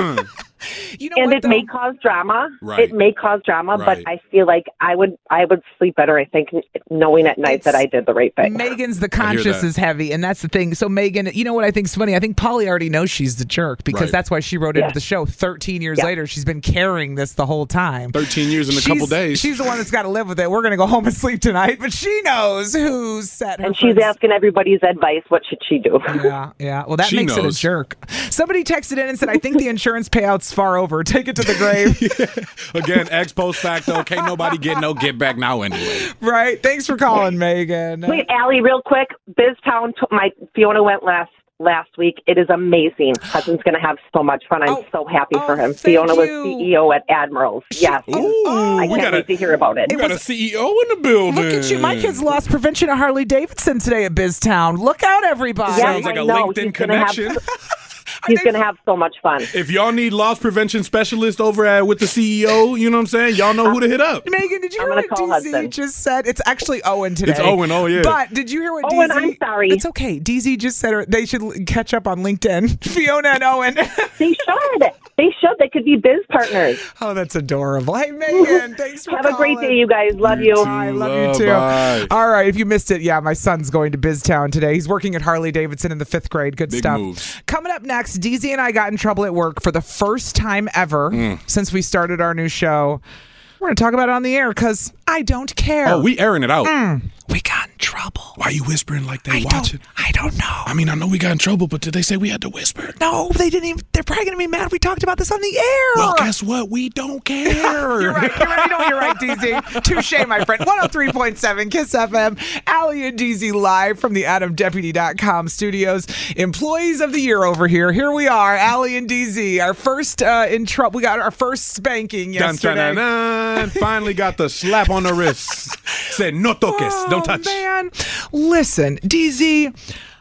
Speaker 12: and it may cause drama.
Speaker 3: Right.
Speaker 12: It may cause drama,
Speaker 3: Right.
Speaker 12: but I feel like I would I would sleep better. I think knowing at night that I did the right thing.
Speaker 2: Megan's the conscience
Speaker 12: that.
Speaker 2: is heavy, and that's the thing. So Megan, you know what I think's funny? I think Polly already knows she's the jerk because
Speaker 3: Right.
Speaker 2: that's why she wrote into
Speaker 3: Yeah.
Speaker 2: the show. Thirteen years
Speaker 3: Yeah.
Speaker 2: later, she's been carrying this the whole time.
Speaker 3: 13 years in a couple
Speaker 2: She's-
Speaker 3: days.
Speaker 2: She's the one that's got to live with it. We're gonna go home and sleep tonight, but she knows who set her.
Speaker 12: and she's
Speaker 2: friends-
Speaker 12: asking everybody's advice. What should she do?
Speaker 2: Yeah, yeah. Well, that She makes it a knows. jerk. Somebody texted in and said, "I think the insurance payout's far over. Take it to the grave."
Speaker 3: Again, ex post facto. Can't nobody get no get back now anyway.
Speaker 2: right. Thanks for calling, Megan.
Speaker 12: Wait, Allie, real quick. BizTown, t- my Fiona went last last week. It is amazing. Hudson's going to have so much fun. I'm so happy for him. Fiona was CEO at Admirals. Yes. I
Speaker 3: we
Speaker 12: can't
Speaker 3: gotta-
Speaker 12: wait to hear about it.
Speaker 3: We got a CEO in the building.
Speaker 2: Look at you. My
Speaker 3: Mm.
Speaker 2: kids lost prevention at Harley Davidson today at BizTown. Look out, everybody.
Speaker 3: Sounds like a LinkedIn connection.
Speaker 12: He's going to have so much fun.
Speaker 3: If y'all need loss prevention specialist over at with the CEO, you know what I'm saying? Y'all know who to hit up.
Speaker 2: Megan, did you hear what DZ just said? It's actually Owen today.
Speaker 3: It's Owen, oh, yeah.
Speaker 2: But did you hear what
Speaker 12: Owen,
Speaker 2: DZ?
Speaker 12: I'm sorry.
Speaker 2: It's okay. DZ just said her- they should l- catch up on LinkedIn. Fiona and Owen.
Speaker 12: they should. They should. They could be biz partners.
Speaker 2: Oh, that's adorable. Hey, Megan, thanks for
Speaker 12: Have a great day, you guys. Love you. I
Speaker 2: Love
Speaker 3: Oh,
Speaker 2: you too. All right, if you missed it, yeah, my son's going to BizTown today. He's working at Harley Davidson in the fifth grade. Good
Speaker 3: Big
Speaker 2: stuff.
Speaker 3: moves.
Speaker 2: Coming up next, DZ and I got in trouble at work for the first time ever
Speaker 3: Hmm.
Speaker 2: since we started our new show. We're going to talk about it on the air because I don't care.
Speaker 3: Oh, we airing it out.
Speaker 2: Mm.
Speaker 3: We got in trouble. Why you whispering like they watching? I don't know. I mean, I know we got in trouble, but did they say we had to whisper?
Speaker 2: No, they didn't even. They're probably going to be mad we talked about this on the air.
Speaker 3: Well, guess what? We don't care.
Speaker 2: you're right. You're right. No, you're right, DZ. Touche, my friend. 103.7 Kiss FM. Allie and DZ live from the AdamDeputy.com studios. Employees of the year over here. Here we are, Allie and DZ. Our first uh, in trouble. We got our first spanking
Speaker 3: Dun, dun,
Speaker 2: yesterday.
Speaker 3: dun, dun. Finally got the slap on the wrist. Said, no toques. don't touch.
Speaker 2: Oh, Man, listen, DZ,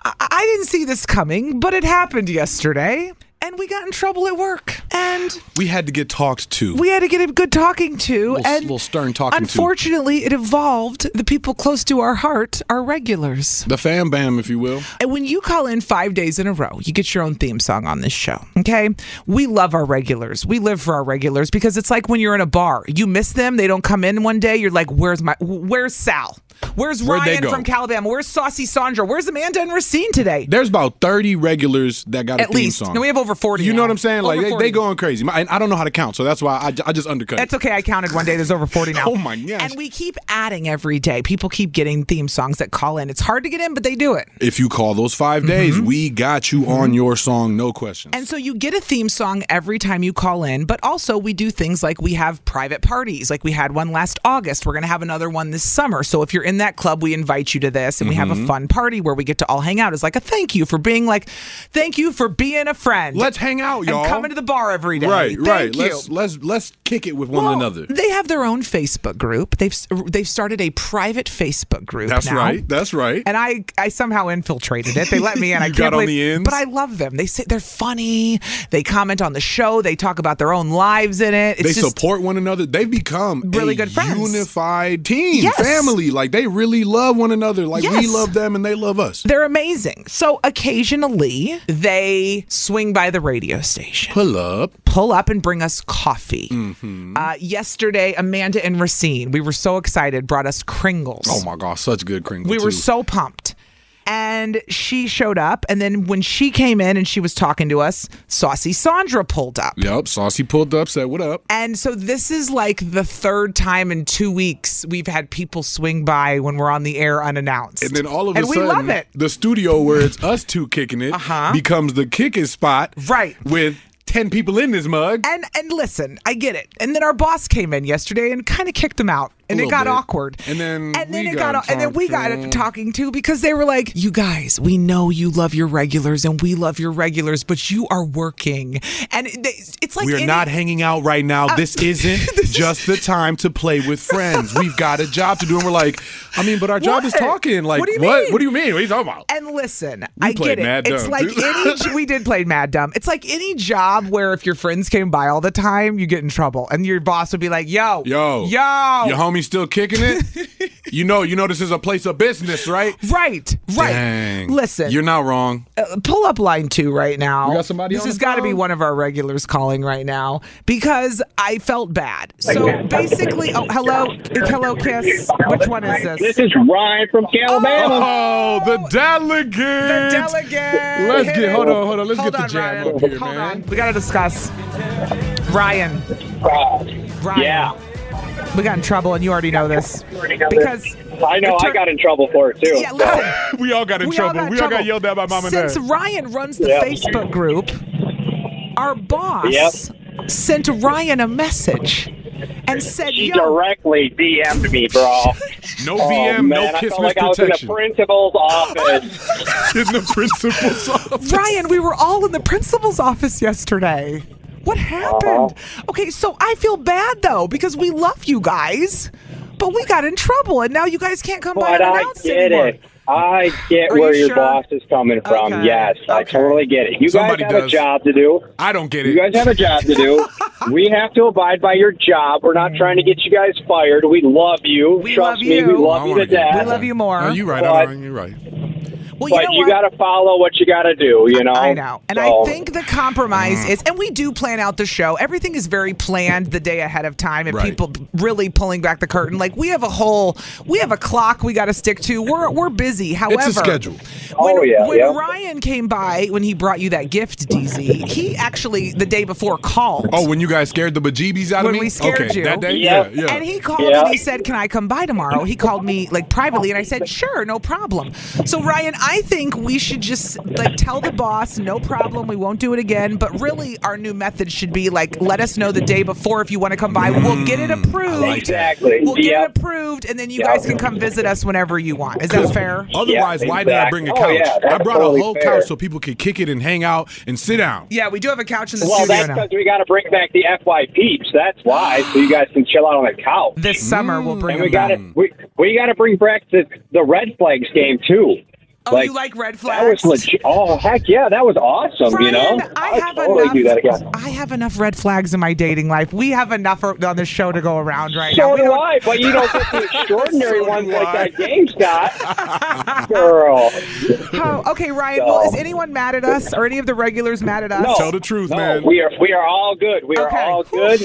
Speaker 2: I-, I didn't see this coming, but it happened yesterday, and we got in trouble at work, and
Speaker 3: We had to get talked to.
Speaker 2: we had to get a good talking to,
Speaker 3: little,
Speaker 2: and
Speaker 3: little stern talking to.
Speaker 2: unfortunately, it evolved. The people close to our heart are regulars.
Speaker 3: The fam bam, if you will.
Speaker 2: And when you call in five days in a row, you get your own theme song on this show. Okay. We love our regulars. We live for our regulars because it's like when you're in a bar, you miss them. They don't come in one day. You're like, where's my, where's Sal? Where's
Speaker 3: Where'd they
Speaker 2: Ryan
Speaker 3: go?
Speaker 2: from Calabama? Where's Saucy Sandra? Where's Amanda and Racine today?
Speaker 3: There's about 30 regulars that got a
Speaker 2: At
Speaker 3: theme
Speaker 2: least.
Speaker 3: song.
Speaker 2: No, we have over 40
Speaker 3: You know
Speaker 2: now.
Speaker 3: what I'm saying? Like,
Speaker 2: Over
Speaker 3: they,
Speaker 2: 40.
Speaker 3: they going crazy. My, and I don't know how to count, so that's why I, j- I just undercut it.
Speaker 2: That's okay. I counted one day. There's over 40 now.
Speaker 3: Oh my gosh.
Speaker 2: And we keep adding every day. People keep getting theme songs that call in. It's hard to get in, but they do it.
Speaker 3: If you call those
Speaker 2: Mm-hmm.
Speaker 3: 5 days, we got you on your song, no question.
Speaker 2: And so you get a theme song every time you call in, but also we do things like we have private parties. Like we had one last August. We're going to have another one this summer. So if you're in that club, we invite you to this and we have a
Speaker 3: Mhm.
Speaker 2: fun party where we get to all hang out. It's like a thank you for being like, thank you for being a friend.
Speaker 3: Let's hang out, y'all.
Speaker 2: And coming to the bar every day.
Speaker 3: Right,
Speaker 2: Thank
Speaker 3: right.
Speaker 2: you.
Speaker 3: Let's let's let's kick it with one
Speaker 2: Well,
Speaker 3: another.
Speaker 2: They have their own Facebook group. They've they've started a private Facebook group.
Speaker 3: That's
Speaker 2: now.
Speaker 3: right. That's right.
Speaker 2: And I I somehow infiltrated it. They let me in. I
Speaker 3: You
Speaker 2: can't
Speaker 3: got on
Speaker 2: believe,
Speaker 3: the ends?
Speaker 2: but I love them. They say they're funny. They comment on the show. They talk about their own lives in it. It's
Speaker 3: they
Speaker 2: just
Speaker 3: support one another. They've become
Speaker 2: Really
Speaker 3: a
Speaker 2: good friends.
Speaker 3: unified team,
Speaker 2: Yes.
Speaker 3: family. Like Like they really love one another. Like we
Speaker 2: Yes.
Speaker 3: love them and they love us.
Speaker 2: They're amazing. So occasionally they swing by the radio station.
Speaker 3: Pull up.
Speaker 2: Pull up and bring us coffee.
Speaker 3: Mm-hmm.
Speaker 2: Uh, yesterday, Amanda and Racine, we were so excited, brought us Kringles.
Speaker 3: Oh my gosh, such good crinkle.
Speaker 2: We were
Speaker 3: too.
Speaker 2: so pumped. And she showed up. And then when she came in and she was talking to us, Saucy Sandra pulled up.
Speaker 3: Yep, Saucy pulled up, said what up.
Speaker 2: And so this is like the third time in two weeks we've had people swing by when we're on the air unannounced.
Speaker 3: And then all of a
Speaker 2: and
Speaker 3: sudden,
Speaker 2: we love it. Uh-huh.
Speaker 3: the studio where it's us two kicking it becomes the kicking spot.
Speaker 2: Right.
Speaker 3: With 10 people in this mug.
Speaker 2: And and listen, I get it. And then our boss came in yesterday and kind of kicked them out,
Speaker 3: A
Speaker 2: and it
Speaker 3: little
Speaker 2: got
Speaker 3: bit.
Speaker 2: awkward.
Speaker 3: And then
Speaker 2: And then
Speaker 3: we
Speaker 2: it got,
Speaker 3: got
Speaker 2: and then we got
Speaker 3: talking.
Speaker 2: it talking too because they were like, "You guys, we know you love your regulars, and we love your regulars, but you are working, and it- they, it's like
Speaker 3: we are
Speaker 2: any-
Speaker 3: not hanging out right now.
Speaker 2: Uh,
Speaker 3: this isn't just the time to play with friends. We've got a job to do, and we're like, I mean, but our job is
Speaker 2: What?
Speaker 3: talking. Like,
Speaker 2: What do you
Speaker 3: what?
Speaker 2: mean?
Speaker 3: What do you mean? What are you talking about?
Speaker 2: And listen,
Speaker 3: We
Speaker 2: I get
Speaker 3: played
Speaker 2: it.
Speaker 3: Mad
Speaker 2: it's
Speaker 3: Dumb,
Speaker 2: like
Speaker 3: dude.
Speaker 2: any j- we did play Mad Dumb. It's like any job where if your friends came by all the time, you get in trouble, and your boss would be like, "Yo,
Speaker 3: Yo,
Speaker 2: yo,
Speaker 3: your homie still kicking it. you know, you know, this is a place of business, right?
Speaker 2: Right, right.
Speaker 3: Dang.
Speaker 2: Listen.
Speaker 3: you're not wrong.
Speaker 2: uh, pull up line two right now.
Speaker 3: We got somebody
Speaker 2: This
Speaker 3: on
Speaker 2: has
Speaker 3: the
Speaker 2: got to be
Speaker 3: phone?
Speaker 2: one of our regulars calling right now because I felt bad. So basically, oh hello, hello, kiss. Which one is this? Oh,
Speaker 13: This is Ryan from Alabama.
Speaker 3: Oh, the delegate. The
Speaker 2: delegate.
Speaker 3: Let's
Speaker 2: Hit
Speaker 3: get.
Speaker 2: it.
Speaker 3: Hold on, hold on. Let's
Speaker 2: Hold
Speaker 3: get
Speaker 2: on,
Speaker 3: the jam
Speaker 2: Ryan.
Speaker 3: up here,
Speaker 2: Hold
Speaker 3: man.
Speaker 2: We gotta discuss. Ryan. Ryan.
Speaker 13: Yeah.
Speaker 2: We got in trouble, and you already know this because
Speaker 13: I know I got in trouble for it too.
Speaker 2: Yeah, listen.
Speaker 3: we all got in
Speaker 2: We all
Speaker 3: trouble.
Speaker 2: got in
Speaker 3: we all
Speaker 2: trouble.
Speaker 3: got yelled at by mom and
Speaker 2: Since
Speaker 3: dad.
Speaker 2: Ryan runs the
Speaker 3: Yeah.
Speaker 2: Facebook group, our boss sent Ryan a message and said,
Speaker 13: She
Speaker 2: "Yo,
Speaker 13: directly DM'd me, bro.
Speaker 3: No
Speaker 13: Oh,
Speaker 3: VM, no
Speaker 13: man, I
Speaker 3: kiss
Speaker 13: felt like
Speaker 3: misprotection.
Speaker 13: I was in the principal's office.
Speaker 3: in the principal's office.
Speaker 2: Ryan, we were all in the principal's office yesterday. What happened?
Speaker 13: Uh-huh.
Speaker 2: Okay, so I feel bad though because we love you guys, but we got in trouble and now you guys can't come by
Speaker 13: But I
Speaker 2: unannounced
Speaker 13: get
Speaker 2: anymore.
Speaker 13: it. I get
Speaker 2: Are you
Speaker 13: where your
Speaker 2: sure?
Speaker 13: boss is coming from.
Speaker 2: Okay.
Speaker 13: Yes, I totally get it. You
Speaker 3: Somebody
Speaker 13: guys have
Speaker 3: does.
Speaker 13: a job to do.
Speaker 3: I don't get it.
Speaker 13: You guys have a job to do. we have to abide by your job. We're not trying to get you guys fired. We love you. Trust
Speaker 2: love
Speaker 13: me, we
Speaker 2: you.
Speaker 13: love
Speaker 3: Oh, I
Speaker 13: you
Speaker 3: wanna
Speaker 13: to
Speaker 3: get
Speaker 13: death.
Speaker 3: fired. We love
Speaker 2: you more.
Speaker 3: No, you're right.
Speaker 13: But-
Speaker 3: I'm wrong. You're right.
Speaker 2: Well, you
Speaker 13: but
Speaker 2: know
Speaker 13: you
Speaker 2: what?
Speaker 13: got to follow what you got to do. You know.
Speaker 2: I know. And
Speaker 13: So-
Speaker 2: I think the compromise is, and we do plan out the show. Everything is very planned the day ahead of time, and
Speaker 13: Right.
Speaker 2: people really pulling back the curtain. Like we have a whole, we have a clock we got to stick to. We're we're busy. However,
Speaker 3: schedule.
Speaker 2: When,
Speaker 13: Oh, yeah,
Speaker 2: when
Speaker 13: yeah.
Speaker 2: Ryan came by, when he brought you that gift, DZ, he actually the day before called.
Speaker 3: Oh, when you guys scared the bejeebies out
Speaker 2: when
Speaker 3: of me?
Speaker 2: we scared
Speaker 3: okay,
Speaker 2: you,
Speaker 3: That day? Yeah, yeah.
Speaker 2: And he called and he said, "Can I come by tomorrow?" He called me like privately, and I said, "Sure, no problem." So Ryan, I think we should just like tell the boss, "No problem, we won't do it again." But really, our new method should be like, let us know the day before if you want to come by. We'll get it approved.
Speaker 3: like that.
Speaker 13: Exactly.
Speaker 2: We'll get
Speaker 13: Yep.
Speaker 2: it approved, and then you
Speaker 13: Yep.
Speaker 2: guys can come visit us whenever you want. Is that fair?
Speaker 3: Otherwise,
Speaker 13: Yeah,
Speaker 3: why did I
Speaker 13: exact-
Speaker 3: bring a
Speaker 13: oh,
Speaker 3: couch?
Speaker 13: yeah,
Speaker 3: I
Speaker 13: that's
Speaker 3: brought
Speaker 13: totally
Speaker 3: a whole
Speaker 13: fair.
Speaker 3: couch so people could kick it and hang out and sit down.
Speaker 2: Yeah, we do have a couch in the
Speaker 13: Well,
Speaker 2: studio
Speaker 13: that's
Speaker 2: now.
Speaker 13: because we got to bring back the FY peeps. That's why, so you guys can chill out on the couch.
Speaker 2: This summer we'll bring
Speaker 13: and we
Speaker 2: them
Speaker 13: got
Speaker 2: back.
Speaker 13: to we, we got to bring back the the red flags game too.
Speaker 2: Oh, you like red flags?
Speaker 13: That was legit. Oh heck yeah, that was awesome. you know,
Speaker 2: Ryan, I have
Speaker 13: totally do that
Speaker 2: enough.
Speaker 13: again.
Speaker 2: I have enough red flags in my dating life. We have enough on the show to go around right
Speaker 13: So
Speaker 2: now. We
Speaker 13: do
Speaker 2: don't-
Speaker 13: I, but you don't get the extraordinary
Speaker 2: So do
Speaker 13: ones
Speaker 2: I.
Speaker 13: like that game's got. Girl.
Speaker 2: How- Oh, okay, Ryan. Well, is anyone mad at us or any of the regulars mad at us?
Speaker 13: No.
Speaker 3: Tell the truth,
Speaker 13: No,
Speaker 3: man.
Speaker 13: we are we are all good. We are all good.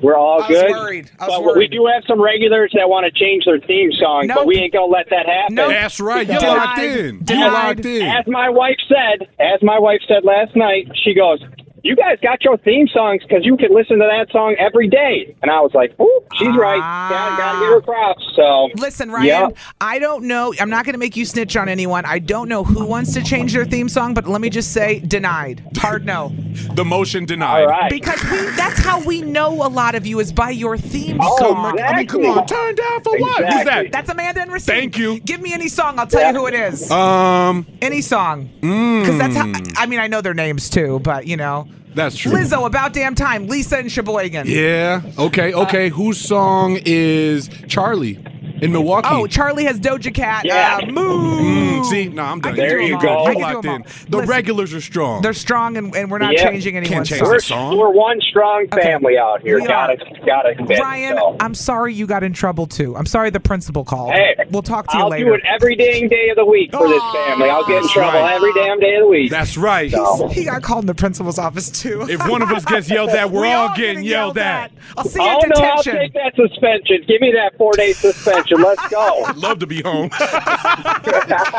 Speaker 13: We're all
Speaker 2: I was
Speaker 13: good.
Speaker 2: worried. I was
Speaker 13: but we
Speaker 2: worried.
Speaker 13: do have some regulars that want to change their theme song, but we ain't gonna let that happen.
Speaker 3: That's right. You
Speaker 13: Denied.
Speaker 3: locked in. You
Speaker 13: Denied.
Speaker 3: locked in.
Speaker 13: As my wife said, as my wife said last night, she goes, "You guys got your theme songs because you can listen to that song every day." And I was like, "Ooh, she's right.
Speaker 2: Ah.
Speaker 13: Gotta, gotta give her props." So
Speaker 2: Listen, Ryan,
Speaker 13: Yeah.
Speaker 2: I don't know. I'm not going to make you snitch on anyone. I don't know who wants to change their theme song, but let me just say denied. Hard no.
Speaker 3: The motion denied.
Speaker 2: Because we, that's how we know a lot of you is by your theme
Speaker 3: Oh,
Speaker 2: song.
Speaker 3: I mean, come on. Turn down for what? Who's
Speaker 13: Exactly.
Speaker 3: that?
Speaker 2: That's Amanda and Racine.
Speaker 3: Thank you.
Speaker 2: Give me any song, I'll tell you who it is.
Speaker 3: Um,
Speaker 2: any song. Because that's how, I mean, I know their names too, but you know.
Speaker 3: That's true.
Speaker 2: Lizzo, About Damn Time, Lisa and Sheboygan.
Speaker 3: Yeah. Okay. Okay. Whose song is Charlie in Milwaukee?
Speaker 2: Oh, Charlie has Doja Cat.
Speaker 3: Yeah.
Speaker 2: Uh, move.
Speaker 3: Mm, see, no, I'm done.
Speaker 2: can do 'em all. I
Speaker 3: You're
Speaker 2: can do
Speaker 3: locked
Speaker 2: 'em
Speaker 3: in. The regulars are strong.
Speaker 2: They're strong, and, and we're not
Speaker 3: Yeah.
Speaker 2: changing
Speaker 3: Can't
Speaker 2: anyone's
Speaker 3: change
Speaker 2: song.
Speaker 3: the song.
Speaker 13: We're one strong family out here.
Speaker 2: We
Speaker 13: gotta, gotta admit.
Speaker 2: Ryan, I'm sorry you got in trouble too. I'm sorry the principal called.
Speaker 13: Hey,
Speaker 2: we'll talk to you
Speaker 13: I'll
Speaker 2: later.
Speaker 13: do it every dang day of the week for this family. I'll get in
Speaker 2: That's
Speaker 13: trouble
Speaker 2: right.
Speaker 13: every damn day of the week.
Speaker 3: That's right.
Speaker 13: So.
Speaker 2: He got called in the principal's office too.
Speaker 3: If one of us gets yelled at, we're
Speaker 2: We
Speaker 3: all getting yelled, at.
Speaker 2: I'll see you
Speaker 13: Oh
Speaker 2: at
Speaker 13: no! I'll
Speaker 2: detention.
Speaker 13: take that suspension. Give me that four-day suspension. Let's go.
Speaker 3: Love to be home.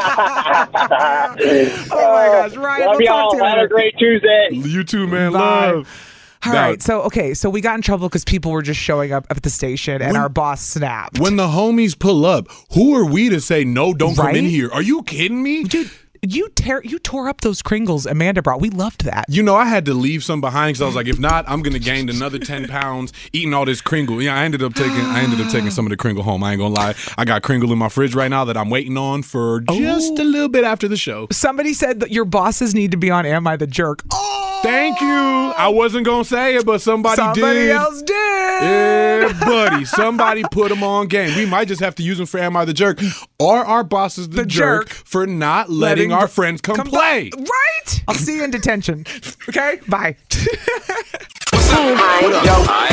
Speaker 13: oh my
Speaker 2: gosh, Ryan!
Speaker 13: Love
Speaker 2: we'll
Speaker 13: y'all.
Speaker 2: talk to you
Speaker 13: Have
Speaker 2: later.
Speaker 13: a great Tuesday.
Speaker 3: You too, man.
Speaker 2: Bye.
Speaker 3: Love.
Speaker 2: All
Speaker 3: Now-
Speaker 2: right, so okay, so we got in trouble because people were just showing up at the station, and
Speaker 3: When-
Speaker 2: our boss snapped.
Speaker 3: When the homies pull up, who are we to say no? Don't come in
Speaker 2: Right?
Speaker 3: here. Are you kidding me,
Speaker 2: dude? You tear, you tore up those Kringles Amanda brought. We loved that.
Speaker 3: You know, I had to leave some behind because I was like, if not, I'm gonna gain another ten pounds eating all this Kringle. Yeah, I ended up taking, I ended up taking some of the Kringle home. I ain't gonna lie, I got Kringle in my fridge right now that I'm waiting on for
Speaker 2: Oh.
Speaker 3: just a little bit after the show.
Speaker 2: Somebody said that your bosses need to be on "Am I the Jerk?" Oh,
Speaker 3: Thank you. I wasn't gonna say it, but somebody,
Speaker 2: somebody
Speaker 3: did.
Speaker 2: else did.
Speaker 3: Yeah, buddy. Somebody put him on game. We might just have to use him for Am I the Jerk? Or our boss is the, jerk,
Speaker 2: jerk.
Speaker 3: for not letting,
Speaker 2: Letting
Speaker 3: our
Speaker 2: the-
Speaker 3: friends come,
Speaker 2: Come
Speaker 3: play.
Speaker 2: back. right? I'll see you in detention. Okay, bye.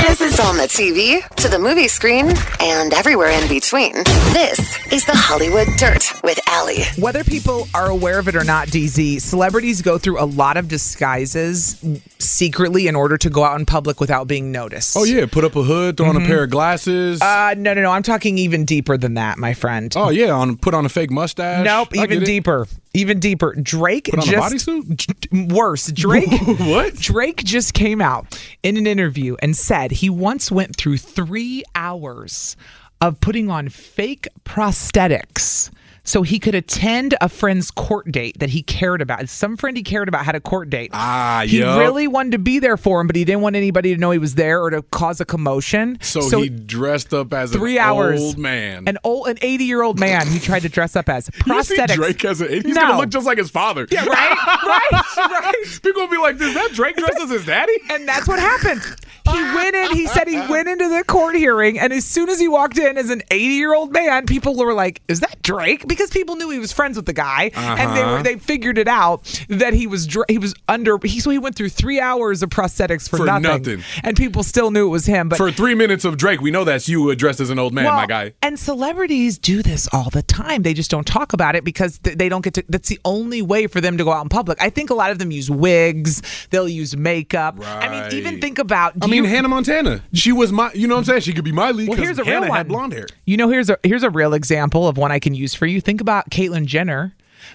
Speaker 1: This is on the TV, to the movie screen, and everywhere in between. This is the Hollywood Dirt with Allie.
Speaker 2: Whether people are aware of it or not, DZ, celebrities go through a lot of disguises secretly in order to go out in public without being noticed.
Speaker 3: Oh yeah, put up a hood, throw on a
Speaker 2: Mhm.
Speaker 3: pair of glasses.
Speaker 2: Uh, no, no, no. I'm talking even deeper than that, my friend.
Speaker 3: oh yeah, on put on a fake mustache.
Speaker 2: Nope,
Speaker 3: I
Speaker 2: even
Speaker 3: get it.
Speaker 2: deeper. Even deeper. Drake
Speaker 3: Put on a
Speaker 2: just j- worse. Drake
Speaker 3: what?
Speaker 2: Drake just came out in an interview and said he once went through 3 hours of putting on fake prosthetics so he could attend a friend's court date that he cared about. Some friend he cared about had a court date.
Speaker 3: Ah,
Speaker 2: He
Speaker 3: yup.
Speaker 2: really wanted to be there for him, but he didn't want anybody to know he was there or to cause a commotion.
Speaker 3: So, he dressed up as
Speaker 2: three
Speaker 3: an
Speaker 2: hours.
Speaker 3: old man.
Speaker 2: An old, an eighty-year-old man. He tried to dress up as
Speaker 3: You see
Speaker 2: prosthetics.
Speaker 3: Drake as an he's
Speaker 2: No.
Speaker 3: gonna look just like his father.
Speaker 2: Yeah, right, right, right.
Speaker 3: People will be like, "Does that Drake dress as his daddy?"
Speaker 2: And that's what happened. He went in. He said he went into the court hearing, and as soon as he walked in as an eighty-year-old man, people were like, "Is that Drake?" Because people knew he was friends with the guy, and they
Speaker 3: Uh-huh.
Speaker 2: were they figured it out that he was Dra- he was under. He, so he went through three hours of prosthetics for,
Speaker 3: For nothing.
Speaker 2: and people still knew it was him. But
Speaker 3: For three minutes of Drake, we know that's you dressed as an old man,
Speaker 2: Well,
Speaker 3: my guy.
Speaker 2: And celebrities do this all the time. They just don't talk about it because th- they don't get to. That's the only way for them to go out in public. I think a lot of them use wigs. They'll use makeup. I mean, even
Speaker 3: Right.
Speaker 2: think about.
Speaker 3: I
Speaker 2: do
Speaker 3: mean,
Speaker 2: you,
Speaker 3: Hannah Montana. She was my. You know what I'm saying? She could be my lead.
Speaker 2: Well,
Speaker 3: 'cause
Speaker 2: here's a
Speaker 3: Hannah
Speaker 2: real
Speaker 3: had
Speaker 2: one.
Speaker 3: blonde hair.
Speaker 2: You know, here's a here's a real example of one I can use for you. Think about Caitlyn Jenner.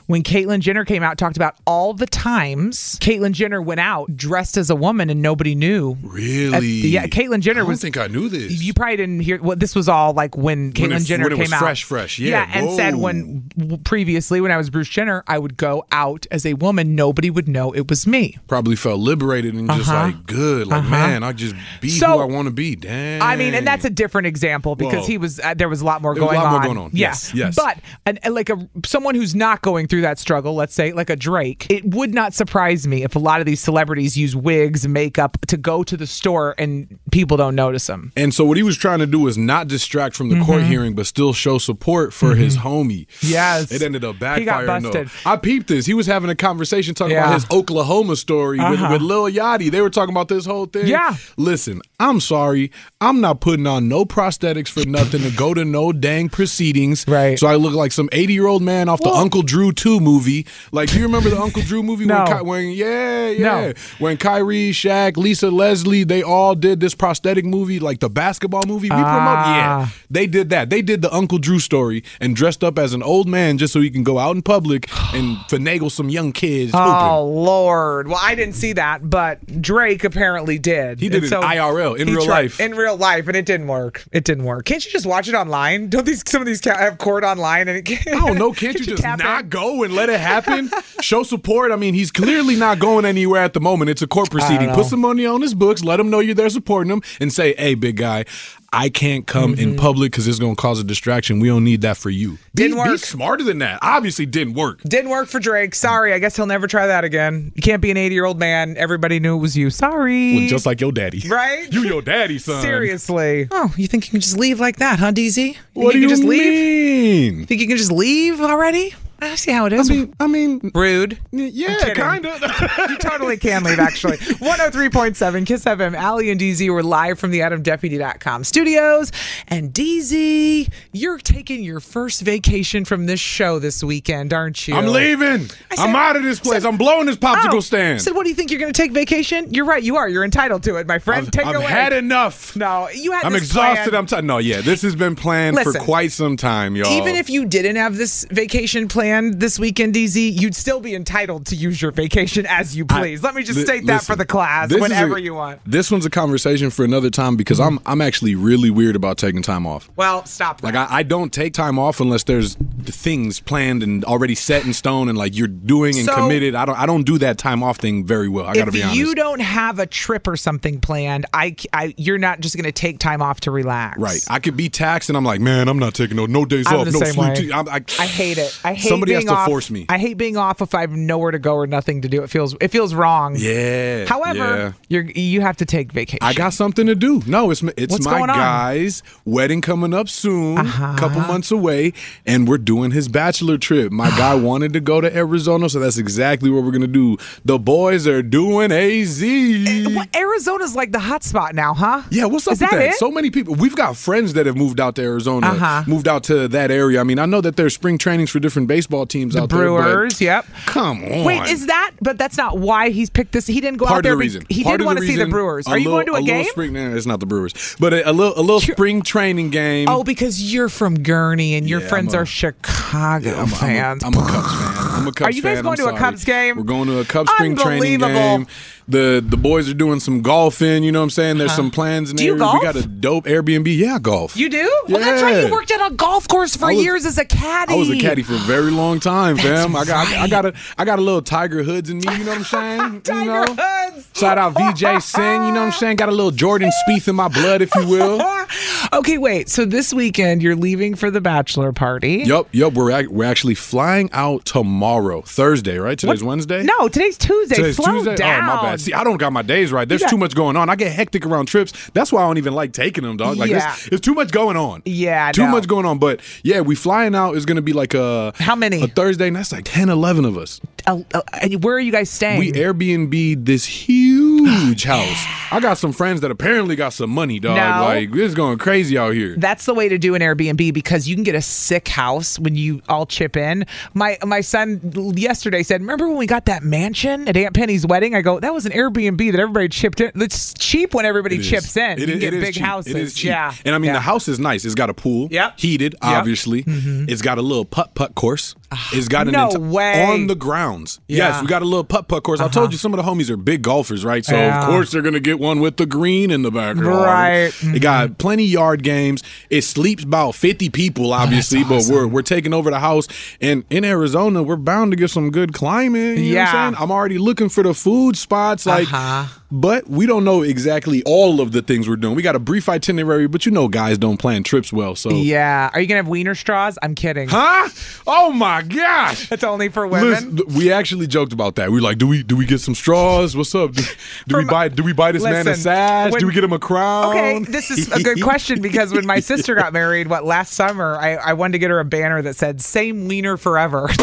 Speaker 2: When Caitlyn Jenner came out, talked about all the times Caitlyn Jenner went out dressed as a woman and nobody knew.
Speaker 3: Really?
Speaker 2: yeah, Caitlyn Jenner
Speaker 3: I don't
Speaker 2: was.
Speaker 3: think I knew this.
Speaker 2: You probably didn't hear. Well, this was all like when
Speaker 3: When
Speaker 2: Caitlyn
Speaker 3: it-
Speaker 2: Jenner
Speaker 3: when it
Speaker 2: came
Speaker 3: was
Speaker 2: out,
Speaker 3: fresh, fresh. Yeah,
Speaker 2: and said
Speaker 3: whoa.
Speaker 2: when w- previously when I was Bruce Jenner, I would go out as a woman, nobody would know it was me.
Speaker 3: Probably felt liberated and just
Speaker 2: Uh-huh.
Speaker 3: like good. Like
Speaker 2: Uh-huh.
Speaker 3: man, I just be
Speaker 2: So-
Speaker 3: who I want to be. Dang.
Speaker 2: I mean, and that's a different example because
Speaker 3: Whoa.
Speaker 2: he was uh, there was a lot more
Speaker 3: There was
Speaker 2: going
Speaker 3: a
Speaker 2: on.
Speaker 3: lot more going on.
Speaker 2: Yeah.
Speaker 3: Yes, yes.
Speaker 2: But an, uh, like a someone who's not going through that struggle, let's say like a Drake, it would not surprise me if a lot of these celebrities use wigs, makeup to go to the store and people don't notice them.
Speaker 3: And so what he was trying to do was not distract from the court hearing, but still show support for his homie.
Speaker 2: Mm-hmm. Yes.
Speaker 3: it ended up backfiring.
Speaker 2: He got
Speaker 3: though.
Speaker 2: busted.
Speaker 3: I peeped this. He was having a conversation talking about
Speaker 2: Yeah.
Speaker 3: his Oklahoma story
Speaker 2: Uh-huh.
Speaker 3: with, with Lil Yachty. They were talking about this whole thing.
Speaker 2: Yeah.
Speaker 3: Listen, I'm sorry. I'm not putting on no prosthetics for nothing to go to no dang proceedings. Right. So I look like some 80 year old man off the Uncle Drew 2 movie. Like, do you remember the Uncle Drew movie
Speaker 2: No.
Speaker 3: when, Ky- when yeah,
Speaker 2: No.
Speaker 3: yeah. When Kyrie, Shaq, Lisa Leslie, they all did this prosthetic movie, like the basketball movie we promote. Yeah.
Speaker 2: Ah.
Speaker 3: They did that. They did the Uncle Drew story and dressed up as an old man just so he can go out in public and finagle some young kids.
Speaker 2: Oh Lord! Well, I didn't see that, but Drake apparently did.
Speaker 3: He did
Speaker 2: And
Speaker 3: it IRL, in
Speaker 2: he
Speaker 3: real
Speaker 2: tried-
Speaker 3: life.
Speaker 2: In real life, and it didn't work. It didn't work. Can't you just watch it online? Don't these some of these ca- have court online? And it can't,
Speaker 3: hooping. Oh no! Can't you
Speaker 2: you
Speaker 3: just
Speaker 2: tap
Speaker 3: not
Speaker 2: in?
Speaker 3: go and let it happen. Show support. I mean, he's clearly not going anywhere at the moment. It's a court proceeding.
Speaker 14: know.
Speaker 3: Put some money on his books. Let him know you're there supporting him and say, hey, big guy, I can't come
Speaker 2: Mm-hmm.
Speaker 3: in public because it's going to cause a distraction. We don't need that for you. Be-
Speaker 2: Didn't
Speaker 3: Be
Speaker 2: work.
Speaker 3: smarter than that. Obviously, didn't work.
Speaker 2: Didn't work for Drake. Sorry. I guess he'll never try that again. You can't be an 80 year old man. Everybody knew it was you. Sorry.
Speaker 3: Well, just like your daddy.
Speaker 2: Right?
Speaker 3: You your daddy, son.
Speaker 2: Seriously. Oh, you think you can just leave like that, huh, DZ?
Speaker 3: What do
Speaker 2: can
Speaker 3: you
Speaker 2: just
Speaker 3: leave?
Speaker 2: Think you can just leave already? I see how it is. I mean,
Speaker 3: I mean
Speaker 2: rude.
Speaker 3: Yeah, kind of.
Speaker 2: you totally can leave, actually. 103.7 Kiss FM. Ali and DZ were live from the AdamDeputy.com studios. And DZ, you're taking your first vacation from this show this weekend, aren't you?
Speaker 3: I'm leaving. I'm out of this place. I'm blowing this popsicle stand.
Speaker 2: Said, Oh, what do you think? You're going to take vacation? You're right. You are. You're entitled to it, my friend.
Speaker 3: I've-
Speaker 2: take
Speaker 3: I've
Speaker 2: it away.
Speaker 3: had enough.
Speaker 2: No, you had.
Speaker 3: I'm
Speaker 2: this
Speaker 3: exhausted.
Speaker 2: plan.
Speaker 3: I'm tired. No, yeah, this has been planned for
Speaker 2: Listen.
Speaker 3: quite some time, y'all.
Speaker 2: Even if you didn't have this vacation planned this weekend, DZ, you'd still be entitled to use your vacation as you please. Let me just
Speaker 3: Li-
Speaker 2: state that for
Speaker 3: listen,
Speaker 2: the class
Speaker 3: this is
Speaker 2: whenever
Speaker 3: a-
Speaker 2: you want.
Speaker 3: This one's a conversation for another time because I'm I'm actually really weird about taking time off.
Speaker 2: Well, stop.
Speaker 3: Like I, I don't take time off unless there's the things planned and already set in stone and like you're doing and
Speaker 2: So-
Speaker 3: committed. I don't I don't do that time off thing very well. I gotta
Speaker 2: if
Speaker 3: be honest.
Speaker 2: you don't have a trip or something planned, I, c- I- you're not just going to take time off to relax.
Speaker 3: Right, I could be taxed, and I'm like, man, I'm not taking no no days
Speaker 2: I'm
Speaker 3: off,
Speaker 2: the
Speaker 3: no
Speaker 2: same way.
Speaker 3: sleep. I'm- I,
Speaker 2: I hate it. I hate
Speaker 3: somebody has
Speaker 2: being
Speaker 3: to
Speaker 2: off-
Speaker 3: force me.
Speaker 2: I hate being off if I have nowhere to go or nothing to do. It feels it feels wrong.
Speaker 3: Yeah.
Speaker 2: However, you're you have to take vacation.
Speaker 3: I got something to do. No, it's m- it's
Speaker 2: What's
Speaker 3: my
Speaker 2: going on? Uh-huh.
Speaker 3: guy's wedding coming up soon, a couple months away, and we're doing his bachelor trip. My guy wanted to go to Arizona, so that's exactly what we're gonna do. The boys are doing AZ.
Speaker 2: Eh, Arizona's like the hot spot now, huh?
Speaker 3: Yeah, what's up
Speaker 2: Is
Speaker 3: with
Speaker 2: that
Speaker 3: that?
Speaker 2: it?
Speaker 3: So many people. We've got friends that have moved out to Arizona,
Speaker 2: Uh-huh.
Speaker 3: moved out to that area. I mean, I know that there's spring trainings for different baseball teams
Speaker 2: The
Speaker 3: out
Speaker 2: Brewers,
Speaker 3: there. Brewers, yep. Come on.
Speaker 2: Wait, is that? But that's not why he's picked this. He didn't go
Speaker 3: part
Speaker 2: out there.
Speaker 3: of the
Speaker 2: be-
Speaker 3: reason.
Speaker 2: He
Speaker 3: Part
Speaker 2: did
Speaker 3: of
Speaker 2: want to see the
Speaker 3: reason,
Speaker 2: Brewers. Are you
Speaker 3: little-
Speaker 2: going to a,
Speaker 3: little
Speaker 2: game?
Speaker 3: Spring, nah, it's not the Brewers, but a, a little a little spring training game.
Speaker 2: Oh, because you're from Gurney and your
Speaker 3: Yeah,
Speaker 2: friends
Speaker 3: I'm a-
Speaker 2: are Chicago fans.
Speaker 3: I'm a Cubs fan. I'm a Cubs
Speaker 2: Are you guys
Speaker 3: fan,
Speaker 2: going
Speaker 3: I'm
Speaker 2: to a
Speaker 3: sorry.
Speaker 2: Cubs game?
Speaker 3: We're going to a Cubs spring training
Speaker 2: Unbelievable.
Speaker 3: game. The the boys are doing some golfing. You know what I'm saying? There's
Speaker 2: Huh.
Speaker 3: some plans in
Speaker 2: Uh-huh. Do
Speaker 3: the
Speaker 2: you
Speaker 3: area. We got
Speaker 2: golf?
Speaker 3: a dope Airbnb. Yeah, I golf.
Speaker 2: You do? Well, that's right. You
Speaker 3: Yeah.
Speaker 2: worked at a golf course for
Speaker 3: I was-
Speaker 2: years as a caddy.
Speaker 3: I was a caddy for a very long time,
Speaker 2: That's
Speaker 3: fam. I got I,
Speaker 2: right.
Speaker 3: got a I got a little Tiger Hoods in me. You know what I'm saying? Tiger you know? Hoods. Shout out VJ Singh. You know what I'm saying? Got a little Jordan Spieth in my blood, if you will.
Speaker 2: Okay, wait. So this weekend you're leaving for the bachelor party.
Speaker 3: Yep, yep. We're ac- we're actually flying out tomorrow, Thursday, right? Today's Wednesday.
Speaker 2: No, today's Tuesday.
Speaker 3: Today's
Speaker 2: Slow
Speaker 3: Tuesday.
Speaker 2: down.
Speaker 3: Oh my bad. See, I don't got my days right. There's
Speaker 2: got-
Speaker 3: too much going on. I get hectic around trips. That's why I don't even like taking them, dog. Like
Speaker 2: Yeah.
Speaker 3: there's, there's too much going on.
Speaker 2: Yeah, I
Speaker 3: Too
Speaker 2: know.
Speaker 3: much going on. But yeah, we flying out is gonna be like a
Speaker 2: How many?
Speaker 3: a Thursday, and that's like 10, 11 of us.
Speaker 2: Uh, uh, and where are you guys staying?
Speaker 3: We Airbnb'd this huge house. I got some friends that apparently got some money, dog.
Speaker 2: No.
Speaker 3: Like it's going crazy out here.
Speaker 2: That's the way to do an Airbnb because you can get a sick house when you all chip in. My my son yesterday said, "Remember when we got that mansion at Aunt Penny's wedding?" I go, "That was an Airbnb that everybody chipped in. It's cheap when everybody
Speaker 3: It is.
Speaker 2: chips in.
Speaker 3: It
Speaker 2: you can
Speaker 3: is-
Speaker 2: get
Speaker 3: it is
Speaker 2: big
Speaker 3: cheap.
Speaker 2: houses.
Speaker 3: It is cheap.
Speaker 2: Yeah,
Speaker 3: And I mean, the house is nice. It's got a pool.
Speaker 2: Yep.
Speaker 3: Heated,
Speaker 2: Yep. Mm-hmm. Ah,
Speaker 3: obviously. It's got a little putt putt course. It's got an
Speaker 2: No
Speaker 3: enti-
Speaker 2: way.
Speaker 3: on the grounds.
Speaker 2: Yeah. Uh-huh.
Speaker 3: Yes, we got a little putt putt course. I told you some of the homies are big golfers, right? So
Speaker 2: Yeah.
Speaker 3: of course they're gonna get one with the green in the background.
Speaker 2: Right. Mm-hmm.
Speaker 3: It got plenty yard games. It sleeps about fifty people, obviously, but we're we're taking over the house. And in Arizona, we're bound to get some good climate. You know what
Speaker 2: Yeah.
Speaker 3: I'm saying? I'm already looking for the food spots. Like
Speaker 2: Uh-huh.
Speaker 3: but we don't know exactly all of the things we're doing. We got a brief itinerary, but you know, guys don't plan trips well. So,
Speaker 2: yeah. Are you gonna have wiener straws? I'm kidding.
Speaker 3: huh? Oh my gosh!
Speaker 2: That's only for women.
Speaker 3: Listen, th- we actually joked about that. We were like, do we do we get some straws? What's up? Do, do we buy do we buy this man a
Speaker 2: Listen,
Speaker 3: sash?
Speaker 2: when-
Speaker 3: do we get him a crown?
Speaker 2: Okay, this is a good question because when my sister got married, what last summer, I, I wanted to get her a banner that said "Same Wiener Forever."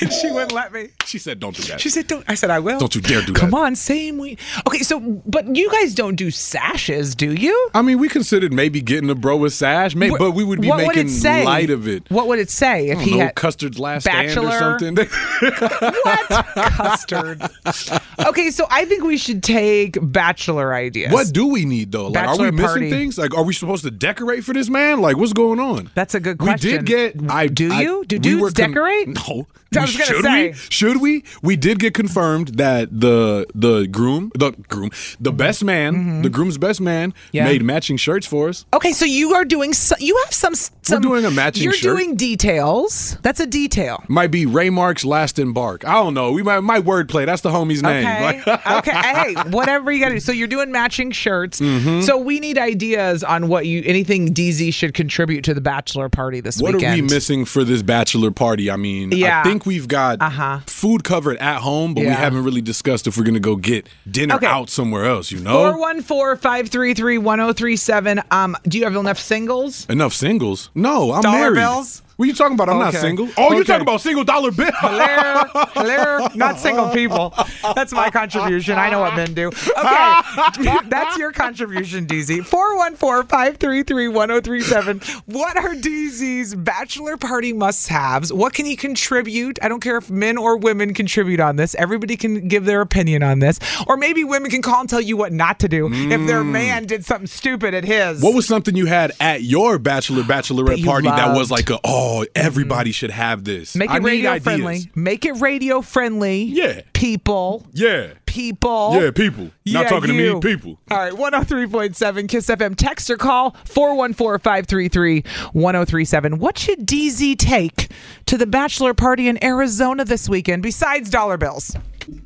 Speaker 2: and she wouldn't let me.
Speaker 3: She said, "Don't do that."
Speaker 2: She said, "Don't." I said, "I will."
Speaker 3: Don't you dare do
Speaker 2: Come
Speaker 3: that.
Speaker 2: on, same we. Okay, so but you guys don't do sashes, do you?
Speaker 3: I mean, we considered maybe getting a bro a sash, may,
Speaker 2: Wh-
Speaker 3: but we would be
Speaker 2: what would
Speaker 3: making
Speaker 2: it say?
Speaker 3: light of it.
Speaker 2: What would it say if
Speaker 3: I don't
Speaker 2: he
Speaker 3: know,
Speaker 2: had
Speaker 3: custard's last
Speaker 2: Bachelor?
Speaker 3: stand or something.
Speaker 2: custard? okay, so I think we should take bachelor ideas.
Speaker 3: What do we need though? Like, are
Speaker 2: Bachelor
Speaker 3: we missing
Speaker 2: party.
Speaker 3: things? Like, are we supposed to decorate for this man? Like, what's going on?
Speaker 2: That's a good
Speaker 3: We
Speaker 2: question.
Speaker 3: did get. I
Speaker 2: Do
Speaker 3: I-
Speaker 2: you? Do
Speaker 3: we
Speaker 2: dudes
Speaker 3: were con-
Speaker 2: decorate?
Speaker 3: No.
Speaker 2: I
Speaker 3: We
Speaker 2: was just gonna
Speaker 3: should
Speaker 2: say.
Speaker 3: we? Should we? We did get confirmed that the the groom, the groom, the best man, the groom's best man,
Speaker 2: Mm-hmm. Yeah.
Speaker 3: made matching shirts for us.
Speaker 2: Okay, so you are doing. So, you have some. some
Speaker 3: doing a matching
Speaker 2: You're
Speaker 3: shirt.
Speaker 2: doing details. That's a detail.
Speaker 3: Might be Ray Mark's last embark. I don't know. We might my wordplay. That's the homie's name.
Speaker 2: Okay.
Speaker 3: Like-
Speaker 2: okay. Hey, whatever you got to do. So you're doing matching shirts.
Speaker 3: Mhm.
Speaker 2: So we need ideas on what you anything DZ should contribute to the bachelor party this
Speaker 3: what
Speaker 2: weekend.
Speaker 3: are we missing for this bachelor party? I mean,
Speaker 2: Yeah. Uh-huh.
Speaker 3: I think we've got food covered at home, but we
Speaker 2: Yeah.
Speaker 3: haven't really discussed if we're gonna go get dinner
Speaker 2: Okay.
Speaker 3: out somewhere else. You know,
Speaker 2: 414 533 1037. Um, do you have enough singles?
Speaker 3: enough singles. No, I'm
Speaker 2: Dollar
Speaker 3: married.
Speaker 2: bills?
Speaker 3: What are you talking about? I'm not
Speaker 2: Okay.
Speaker 3: single. Oh, you're
Speaker 2: Okay.
Speaker 3: talking about single dollar bill.
Speaker 2: Hilaire, Hilaire, not single people. That's my contribution. I know what men do. Okay, that's your contribution, DZ. 414 533 1037. What are DZ's bachelor party must haves? What can he contribute? I don't care if men or women contribute on this. Everybody can give their opinion on this. Or maybe women can call and tell you what not to do if their man did something stupid at his.
Speaker 3: What was something you had at your bachelor bachelorette
Speaker 2: you
Speaker 3: party that was
Speaker 2: loved. Mm-hmm.
Speaker 3: like a oh everybody should have this?
Speaker 2: Make it
Speaker 3: I need
Speaker 2: radio
Speaker 3: ideas.
Speaker 2: friendly. Make it radio friendly. Yeah. People.
Speaker 3: Yeah.
Speaker 2: People.
Speaker 3: Yeah, people.
Speaker 2: Yeah,
Speaker 3: not talking to
Speaker 2: you.
Speaker 3: me, people.
Speaker 2: All right, 103.7 Kiss FM. Text or call 414 533 1037. What should DZ take to the bachelor party in Arizona this weekend besides dollar bills?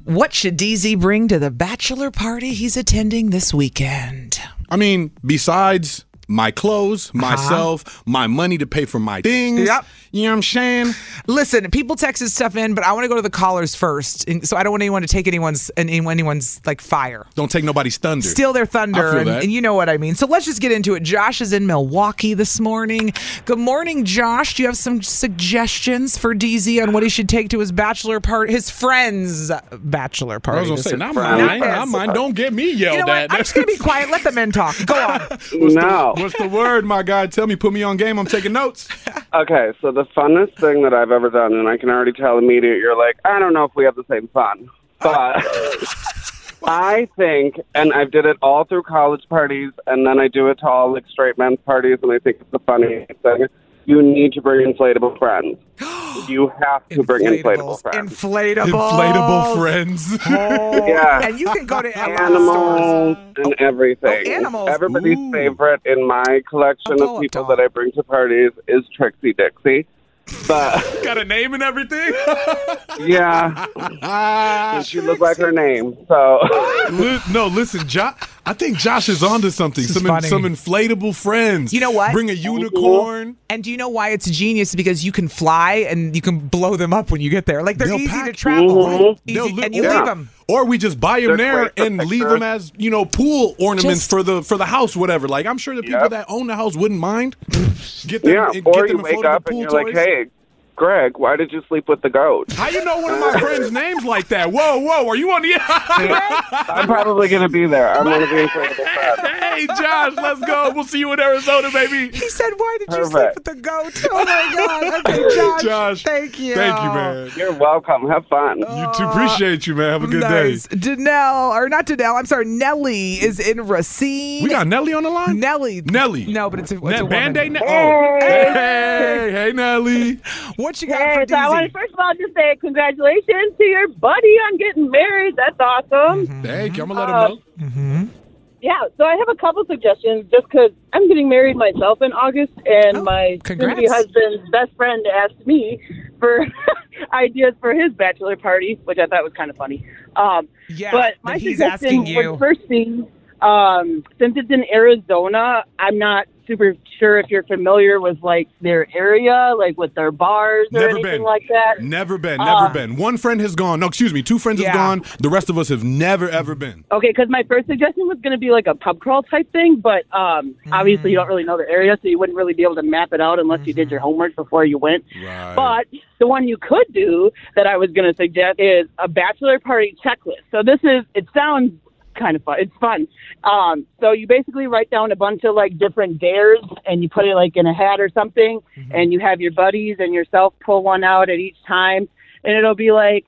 Speaker 2: What should DZ bring to the bachelor party he's attending this weekend?
Speaker 3: I mean, besides my clothes,
Speaker 2: Uh-huh.
Speaker 3: myself, my money to pay for my things.
Speaker 2: Yep.
Speaker 3: You know what I'm saying?
Speaker 2: Listen, people texted stuff in, but I want to go to the callers first. And so I don't want anyone to take anyone's and anyone's like fire.
Speaker 3: Don't take nobody's thunder.
Speaker 2: Steal their thunder.
Speaker 3: I feel
Speaker 2: and,
Speaker 3: that.
Speaker 2: and you know what I mean. So let's just get into it. Josh is in Milwaukee this morning. Good morning, Josh. Do you have some suggestions for DZ on what he should take to his bachelor party, his friends' bachelor party?
Speaker 3: I was gonna
Speaker 2: this
Speaker 3: say, not
Speaker 2: Friday?
Speaker 3: mine, not mine. Don't get me yelled
Speaker 2: You know
Speaker 3: at.
Speaker 2: what? I'm just gonna be quiet. Let the men talk. Go on.
Speaker 3: What's
Speaker 14: No.
Speaker 3: The, what's the word, my guy? Tell me, put me on game. I'm taking notes.
Speaker 14: Okay, so the funnest thing that I've ever done, and I can already tell immediately, you're like, I don't know if we have the same fun, but I think, and I've did it all through college parties, and then I do it to all like straight men's parties, and I think it's the funniest thing. You need to bring inflatable friends. You have to bring inflatable friends.
Speaker 2: Inflatable.
Speaker 3: Inflatable friends.
Speaker 14: yeah.
Speaker 2: And you can go to
Speaker 14: animals and everything.
Speaker 2: Oh, animals.
Speaker 14: Everybody's favorite in my collection of people that I bring to parties is Trixie Dixie. But
Speaker 3: Got a name and everything.
Speaker 14: yeah,
Speaker 2: Ah,
Speaker 14: And she looked like her name. So
Speaker 3: Li- no, listen, Josh. I think Josh is onto something. Some in-
Speaker 2: funny.
Speaker 3: some inflatable friends.
Speaker 2: You know what?
Speaker 3: Bring a
Speaker 14: Uh-huh.
Speaker 3: unicorn.
Speaker 2: And do you know why it's genius? Because you can fly and you can blow them up when you get there. Like they're easy to travel.
Speaker 14: Uh-huh.
Speaker 2: Easy-
Speaker 3: They'll li-
Speaker 2: and you
Speaker 3: or-
Speaker 2: leave them.
Speaker 3: Or we just buy
Speaker 2: They're
Speaker 3: them there
Speaker 2: great for
Speaker 3: and leave
Speaker 2: pictures.
Speaker 3: them as you know pool ornaments
Speaker 2: Just-
Speaker 3: for the for the house, whatever. Like I'm sure the people
Speaker 14: Yep.
Speaker 3: that own the house wouldn't mind. Get them,
Speaker 14: yeah,
Speaker 3: and
Speaker 14: or
Speaker 3: get
Speaker 14: you
Speaker 3: them
Speaker 14: wake
Speaker 3: inflatable
Speaker 14: up and
Speaker 3: pool
Speaker 14: you're like,
Speaker 3: toys.
Speaker 14: hey, Greg, why did you sleep with the goat?
Speaker 3: How you know one of my friends' names like that? Whoa, whoa, are you on the?
Speaker 14: I'm probably gonna be there. I'm gonna be incredible.
Speaker 3: hey, Josh, let's go. We'll see you in Arizona, baby.
Speaker 2: He said, "Why did
Speaker 14: you sleep Perfect.
Speaker 2: with the goat?" Oh my god! Okay, Josh. thank you.
Speaker 3: Thank you, man.
Speaker 14: You're welcome. Have fun.
Speaker 3: You too. Appreciate you, man. Have a good
Speaker 2: Oh. Nice.
Speaker 3: day.
Speaker 2: Danelle, or not Danelle, I'm sorry, Nellie is in Racine.
Speaker 3: We got Nelly on the line.
Speaker 2: Nelly.
Speaker 3: Nelly.
Speaker 2: No, but it's a, it's
Speaker 3: Net
Speaker 2: a woman.
Speaker 3: Band-Aid. Ne- oh.
Speaker 2: Hey.
Speaker 3: hey, hey, Nelly.
Speaker 2: What you
Speaker 15: got hey, so I want to first of all just say congratulations to your buddy on getting married. That's awesome.
Speaker 2: Mm-hmm.
Speaker 3: Thank you. I'm gonna let
Speaker 15: Uh,
Speaker 3: him know.
Speaker 15: Yeah, so I have a couple suggestions just 'cause I'm getting married myself in August, and
Speaker 2: Oh,
Speaker 15: my soon-to-be
Speaker 16: congrats.
Speaker 15: husband's best friend asked me for ideas for his bachelor party, which I thought was kind of funny. Um,
Speaker 2: Yeah,
Speaker 15: but
Speaker 2: that
Speaker 15: my
Speaker 2: he's
Speaker 15: suggestion
Speaker 2: asking you.
Speaker 15: would first be um, since it's in Arizona, I'm not super sure if you're familiar with like their area, like with their bars or
Speaker 3: Never
Speaker 15: anything
Speaker 3: been.
Speaker 15: like that.
Speaker 3: Never been, never
Speaker 15: Uh,
Speaker 2: Ah.
Speaker 3: been. One friend has gone. No, excuse me, two friends
Speaker 15: Yeah.
Speaker 3: have gone. The rest of us have never ever been.
Speaker 15: Okay, because my first suggestion was going to be like a pub crawl type thing, but um, obviously you don't really know the area, so you wouldn't really be able to map it out unless you did your homework before you went. But the one you could do that I was going to suggest is a bachelor party checklist. So this is, it sounds kind of fun. It's fun. Um, so you basically write down a bunch of like different dares and you put it like in a hat or something,
Speaker 3: Mm-hmm.
Speaker 15: and you have your buddies and yourself pull one out at each time, and it'll be like,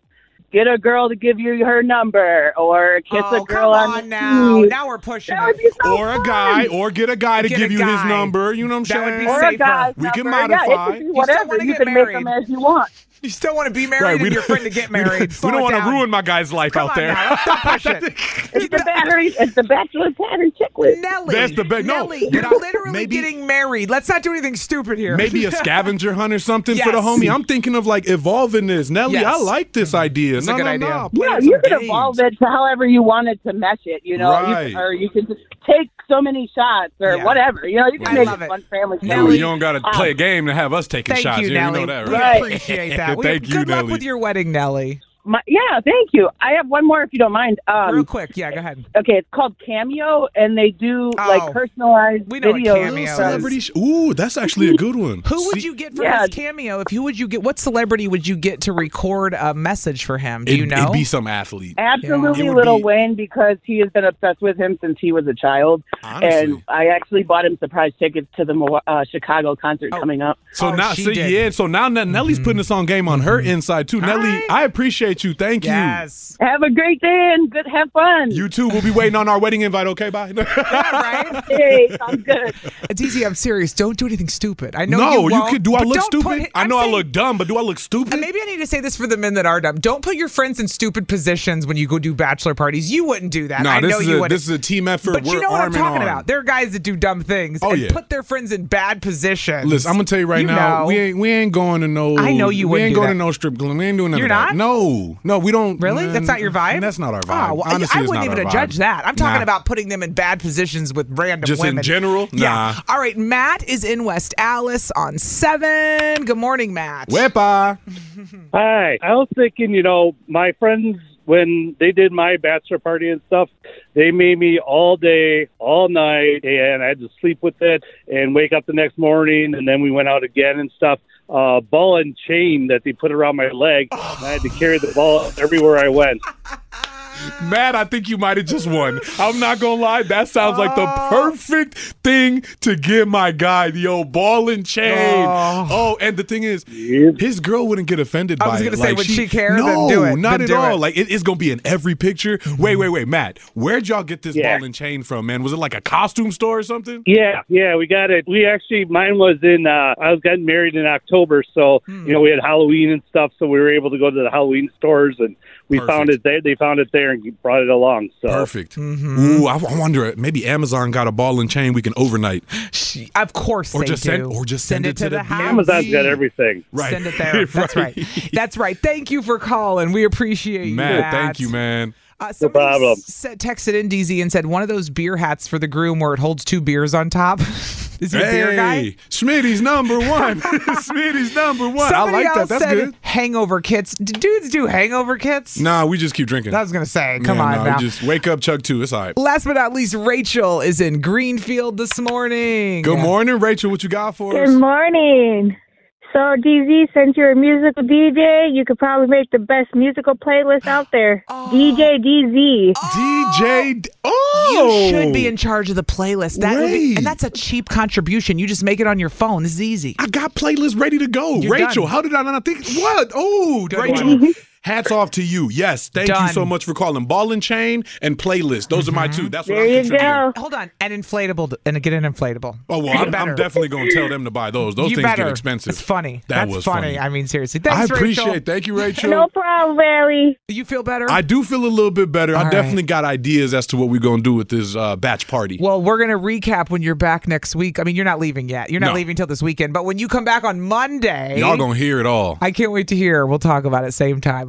Speaker 15: Get a girl to give you her number, or kiss
Speaker 2: Oh,
Speaker 15: a girl on
Speaker 2: come on
Speaker 15: the
Speaker 2: now.
Speaker 15: cheek.
Speaker 2: Now we're pushing
Speaker 15: That would
Speaker 2: it.
Speaker 15: be so
Speaker 3: Or a guy, or get a guy to
Speaker 2: Get
Speaker 3: give
Speaker 2: a
Speaker 3: you his
Speaker 2: guy.
Speaker 3: number. You know what I'm
Speaker 2: That would
Speaker 3: saying?
Speaker 2: be Or a safer. guy's
Speaker 3: we can
Speaker 15: number. Yeah, it could
Speaker 3: modify.
Speaker 15: be
Speaker 2: You still
Speaker 15: whatever.
Speaker 2: wanna
Speaker 15: You
Speaker 2: get
Speaker 15: can make them
Speaker 2: married.
Speaker 15: as you want.
Speaker 2: You still want to be married and your friend to get married.
Speaker 3: we
Speaker 2: Slow
Speaker 3: don't
Speaker 2: it
Speaker 3: want to
Speaker 2: down.
Speaker 3: ruin my guy's life out there.
Speaker 2: it's the battery. It's the bachelor pattern checklist. Nelly,
Speaker 3: That's the ba- no.
Speaker 2: Nelly, you're literally getting married. Let's not do anything stupid here.
Speaker 3: Maybe a scavenger hunt or something for the
Speaker 2: Yes.
Speaker 3: homie. I'm thinking of like evolving this. Nelly, I
Speaker 2: Yes. Mm-hmm.
Speaker 3: like this idea.
Speaker 2: It's a
Speaker 3: no,
Speaker 2: good
Speaker 3: no,
Speaker 2: idea.
Speaker 3: no.
Speaker 15: Yeah, you could evolve it to however you wanted to mesh it, you know, You-
Speaker 3: Right.
Speaker 15: or you could just take so many shots or
Speaker 3: Yeah.
Speaker 15: whatever, you know, you can
Speaker 3: Yeah. I
Speaker 15: make
Speaker 3: love
Speaker 15: it fun family.
Speaker 3: Nelly, you don't got to
Speaker 15: um,
Speaker 3: play a game to have us taking
Speaker 15: thank
Speaker 3: shots.
Speaker 15: you,
Speaker 3: know
Speaker 15: Nelly.
Speaker 3: that,
Speaker 15: We
Speaker 3: right?
Speaker 15: appreciate that. We-
Speaker 3: Thank you,
Speaker 2: Good luck
Speaker 3: Nelly.
Speaker 2: with your wedding, Nelly.
Speaker 15: My, yeah, thank you. I have one more if you don't mind. Um,
Speaker 2: Real quick, yeah, go ahead.
Speaker 15: Okay, it's called Cameo, and they do
Speaker 2: Oh.
Speaker 15: like personalized
Speaker 2: We know what
Speaker 15: videos.
Speaker 2: Cameo is. Celebrity
Speaker 3: sh- Ooh, that's actually a good one.
Speaker 2: Who would you get for
Speaker 15: Yeah.
Speaker 2: his cameo? If who would you get? What celebrity would you get to record a message for him? Do you
Speaker 3: It'd-
Speaker 2: know?
Speaker 3: It'd be some athlete.
Speaker 15: Absolutely,
Speaker 3: It would
Speaker 15: Little
Speaker 3: be-
Speaker 15: Wayne, because he has been obsessed with him since he was a child.
Speaker 3: Honestly.
Speaker 15: And I actually bought him surprise tickets to the Milwa- uh, Chicago
Speaker 2: Oh.
Speaker 15: concert coming up.
Speaker 3: So now, see, yeah. So now Ne- Nelly's
Speaker 2: Mm-hmm.
Speaker 3: putting this on game on her inside too. Nelly, I appreciate you. Thank
Speaker 2: yes.
Speaker 15: Have a great day and good. Have fun.
Speaker 3: you. You too. We'll be waiting on our wedding invite. Okay, bye.
Speaker 15: Hey, I'm good.
Speaker 2: DZ, I'm serious. Don't do anything stupid. I know
Speaker 3: no,
Speaker 2: you, won't,
Speaker 3: could. Do I
Speaker 2: but
Speaker 3: look
Speaker 2: don't put
Speaker 3: stupid?
Speaker 2: hi-
Speaker 3: I
Speaker 2: I'm
Speaker 3: know I
Speaker 2: saying-
Speaker 3: look dumb, but do I look stupid?
Speaker 2: And maybe I need to say this for the men that are dumb. Don't put your friends in stupid positions when you go do bachelor parties. You wouldn't do that.
Speaker 3: No,
Speaker 2: I
Speaker 3: this
Speaker 2: know
Speaker 3: is
Speaker 2: you
Speaker 3: a,
Speaker 2: wouldn't.
Speaker 3: this is a team effort.
Speaker 2: but
Speaker 3: We're
Speaker 2: you know what I'm
Speaker 3: arm in
Speaker 2: talking
Speaker 3: arm.
Speaker 2: about. There are guys that do dumb things
Speaker 3: Oh,
Speaker 2: and
Speaker 3: yeah.
Speaker 2: put their friends in bad positions.
Speaker 3: Listen, I'm gonna tell you right
Speaker 2: You
Speaker 3: now,
Speaker 2: know.
Speaker 3: we ain't we ain't going to no.
Speaker 2: I know you
Speaker 3: We
Speaker 2: wouldn't
Speaker 3: ain't
Speaker 2: do
Speaker 3: going
Speaker 2: that.
Speaker 3: to no strip club. We ain't doing none
Speaker 2: You're
Speaker 3: of
Speaker 2: not?
Speaker 3: that. No, no, we don't.
Speaker 2: Really? That's not your vibe?
Speaker 3: That's not our
Speaker 2: Oh,
Speaker 3: vibe.
Speaker 2: well, I-
Speaker 3: Honestly,
Speaker 2: I
Speaker 3: it's
Speaker 2: wouldn't
Speaker 3: not
Speaker 2: even
Speaker 3: our
Speaker 2: judge
Speaker 3: vibe.
Speaker 2: that. I'm talking
Speaker 3: Nah.
Speaker 2: about putting them in bad positions with random
Speaker 3: Just in
Speaker 2: women.
Speaker 3: general?
Speaker 2: Yeah.
Speaker 3: Nah.
Speaker 2: All right, Matt is in West Allis on 7. Good morning, Matt.
Speaker 3: Wepa.
Speaker 16: Hi. I was thinking, you know, my friends when they did my bachelor party and stuff, they made me all day, all night, and I had to sleep with it and wake up the next morning, and then we went out again and stuff. Uh, ball and chain that they put around my leg, and I had to carry the ball everywhere I went.
Speaker 3: Matt, I think you might have just won. I'm not gonna lie, that sounds like the
Speaker 2: Uh.
Speaker 3: perfect thing to give my guy the old ball and chain. Oh, and the thing is, his girl wouldn't get offended
Speaker 2: Uh. I
Speaker 3: by
Speaker 2: was
Speaker 3: it.
Speaker 2: gonna say, would she care?
Speaker 3: No,
Speaker 2: Then do it.
Speaker 3: not
Speaker 2: Then
Speaker 3: at
Speaker 2: do
Speaker 3: all.
Speaker 2: it.
Speaker 3: Like it- it's gonna be in every picture. Wait, wait, wait, Matt, where'd y'all get this
Speaker 16: Yeah.
Speaker 3: ball and chain from, man? Was it like a costume store or something?
Speaker 16: Yeah, yeah, we got it. We actually, mine was in, uh, I was getting married in October, so,
Speaker 3: Hmm.
Speaker 16: you know, we had Halloween and stuff, so we were able to go to the Halloween stores and we found it there. They found it there and brought it along. So
Speaker 3: Perfect.
Speaker 2: Mm-hmm.
Speaker 3: Ooh, I, I wonder. Maybe Amazon got a ball and chain we can overnight,
Speaker 2: Of course
Speaker 3: or
Speaker 2: they
Speaker 3: just
Speaker 2: do.
Speaker 3: send, or just send, it, to, the, house.
Speaker 16: Amazon's got everything.
Speaker 3: Right.
Speaker 2: Send it there. That's right. That's right. Thank you for calling. We appreciate you.
Speaker 3: Matt, thank you, man.
Speaker 2: Uh, no problem. Said, texted in DZ and said one of those beer hats for the groom where it holds two beers on top. Is he a beer guy?
Speaker 3: Hey, Smitty's number one. Smitty's number one.
Speaker 2: Somebody
Speaker 3: I like that.
Speaker 2: else
Speaker 3: That's
Speaker 2: said
Speaker 3: good.
Speaker 2: Hangover kits. D- dudes do hangover kits.
Speaker 3: Nah, we just keep drinking.
Speaker 2: I was gonna say, come on
Speaker 3: nah,
Speaker 2: now.
Speaker 3: we Just wake up, chug two. It's all right.
Speaker 2: Last but not least, Rachel is in Greenfield this morning.
Speaker 3: Good morning, Rachel. What you got for us?
Speaker 17: Good morning. So, DZ, since you're a musical DJ, you could probably make the best musical playlist out there.
Speaker 2: Oh.
Speaker 17: DJ DZ.
Speaker 3: DJ.
Speaker 2: You should be in charge of the playlist. That would be,
Speaker 3: Wait.
Speaker 2: and that's a cheap contribution. You just make it on your phone. This is easy.
Speaker 3: I got playlists ready to go.
Speaker 2: You're
Speaker 3: Rachel,
Speaker 2: done.
Speaker 3: how did I not think? What? Oh,
Speaker 2: Good
Speaker 3: Rachel. Hats off to you. Yes, thank
Speaker 2: Done. Mm-hmm.
Speaker 3: you so much for calling. Ball and chain and playlist. Those are my two. That's what I'm contributing.
Speaker 2: Hold on, an inflatable and get an inflatable.
Speaker 3: Oh well, I'm, I'm definitely gonna tell them to buy those. Those
Speaker 2: You
Speaker 3: things
Speaker 2: better.
Speaker 3: get expensive.
Speaker 2: It's funny.
Speaker 3: That
Speaker 2: That's
Speaker 3: was
Speaker 2: funny.
Speaker 3: funny.
Speaker 2: I mean, seriously. Thanks,
Speaker 3: I appreciate.
Speaker 2: Rachel.
Speaker 3: Thank you, Rachel.
Speaker 17: No problem, Valley.
Speaker 2: You feel better?
Speaker 3: I do feel a little bit better.
Speaker 2: All
Speaker 3: I
Speaker 2: right.
Speaker 3: definitely got ideas as to what we're gonna do with this uh, batch party.
Speaker 2: Well, we're going to recap when you're back next week. I mean, you're not leaving yet. You're not
Speaker 3: No.
Speaker 2: leaving till this weekend. But when you come back on Monday,
Speaker 3: Y'all gonna hear it all.
Speaker 2: I can't wait to hear. We'll talk about it same time.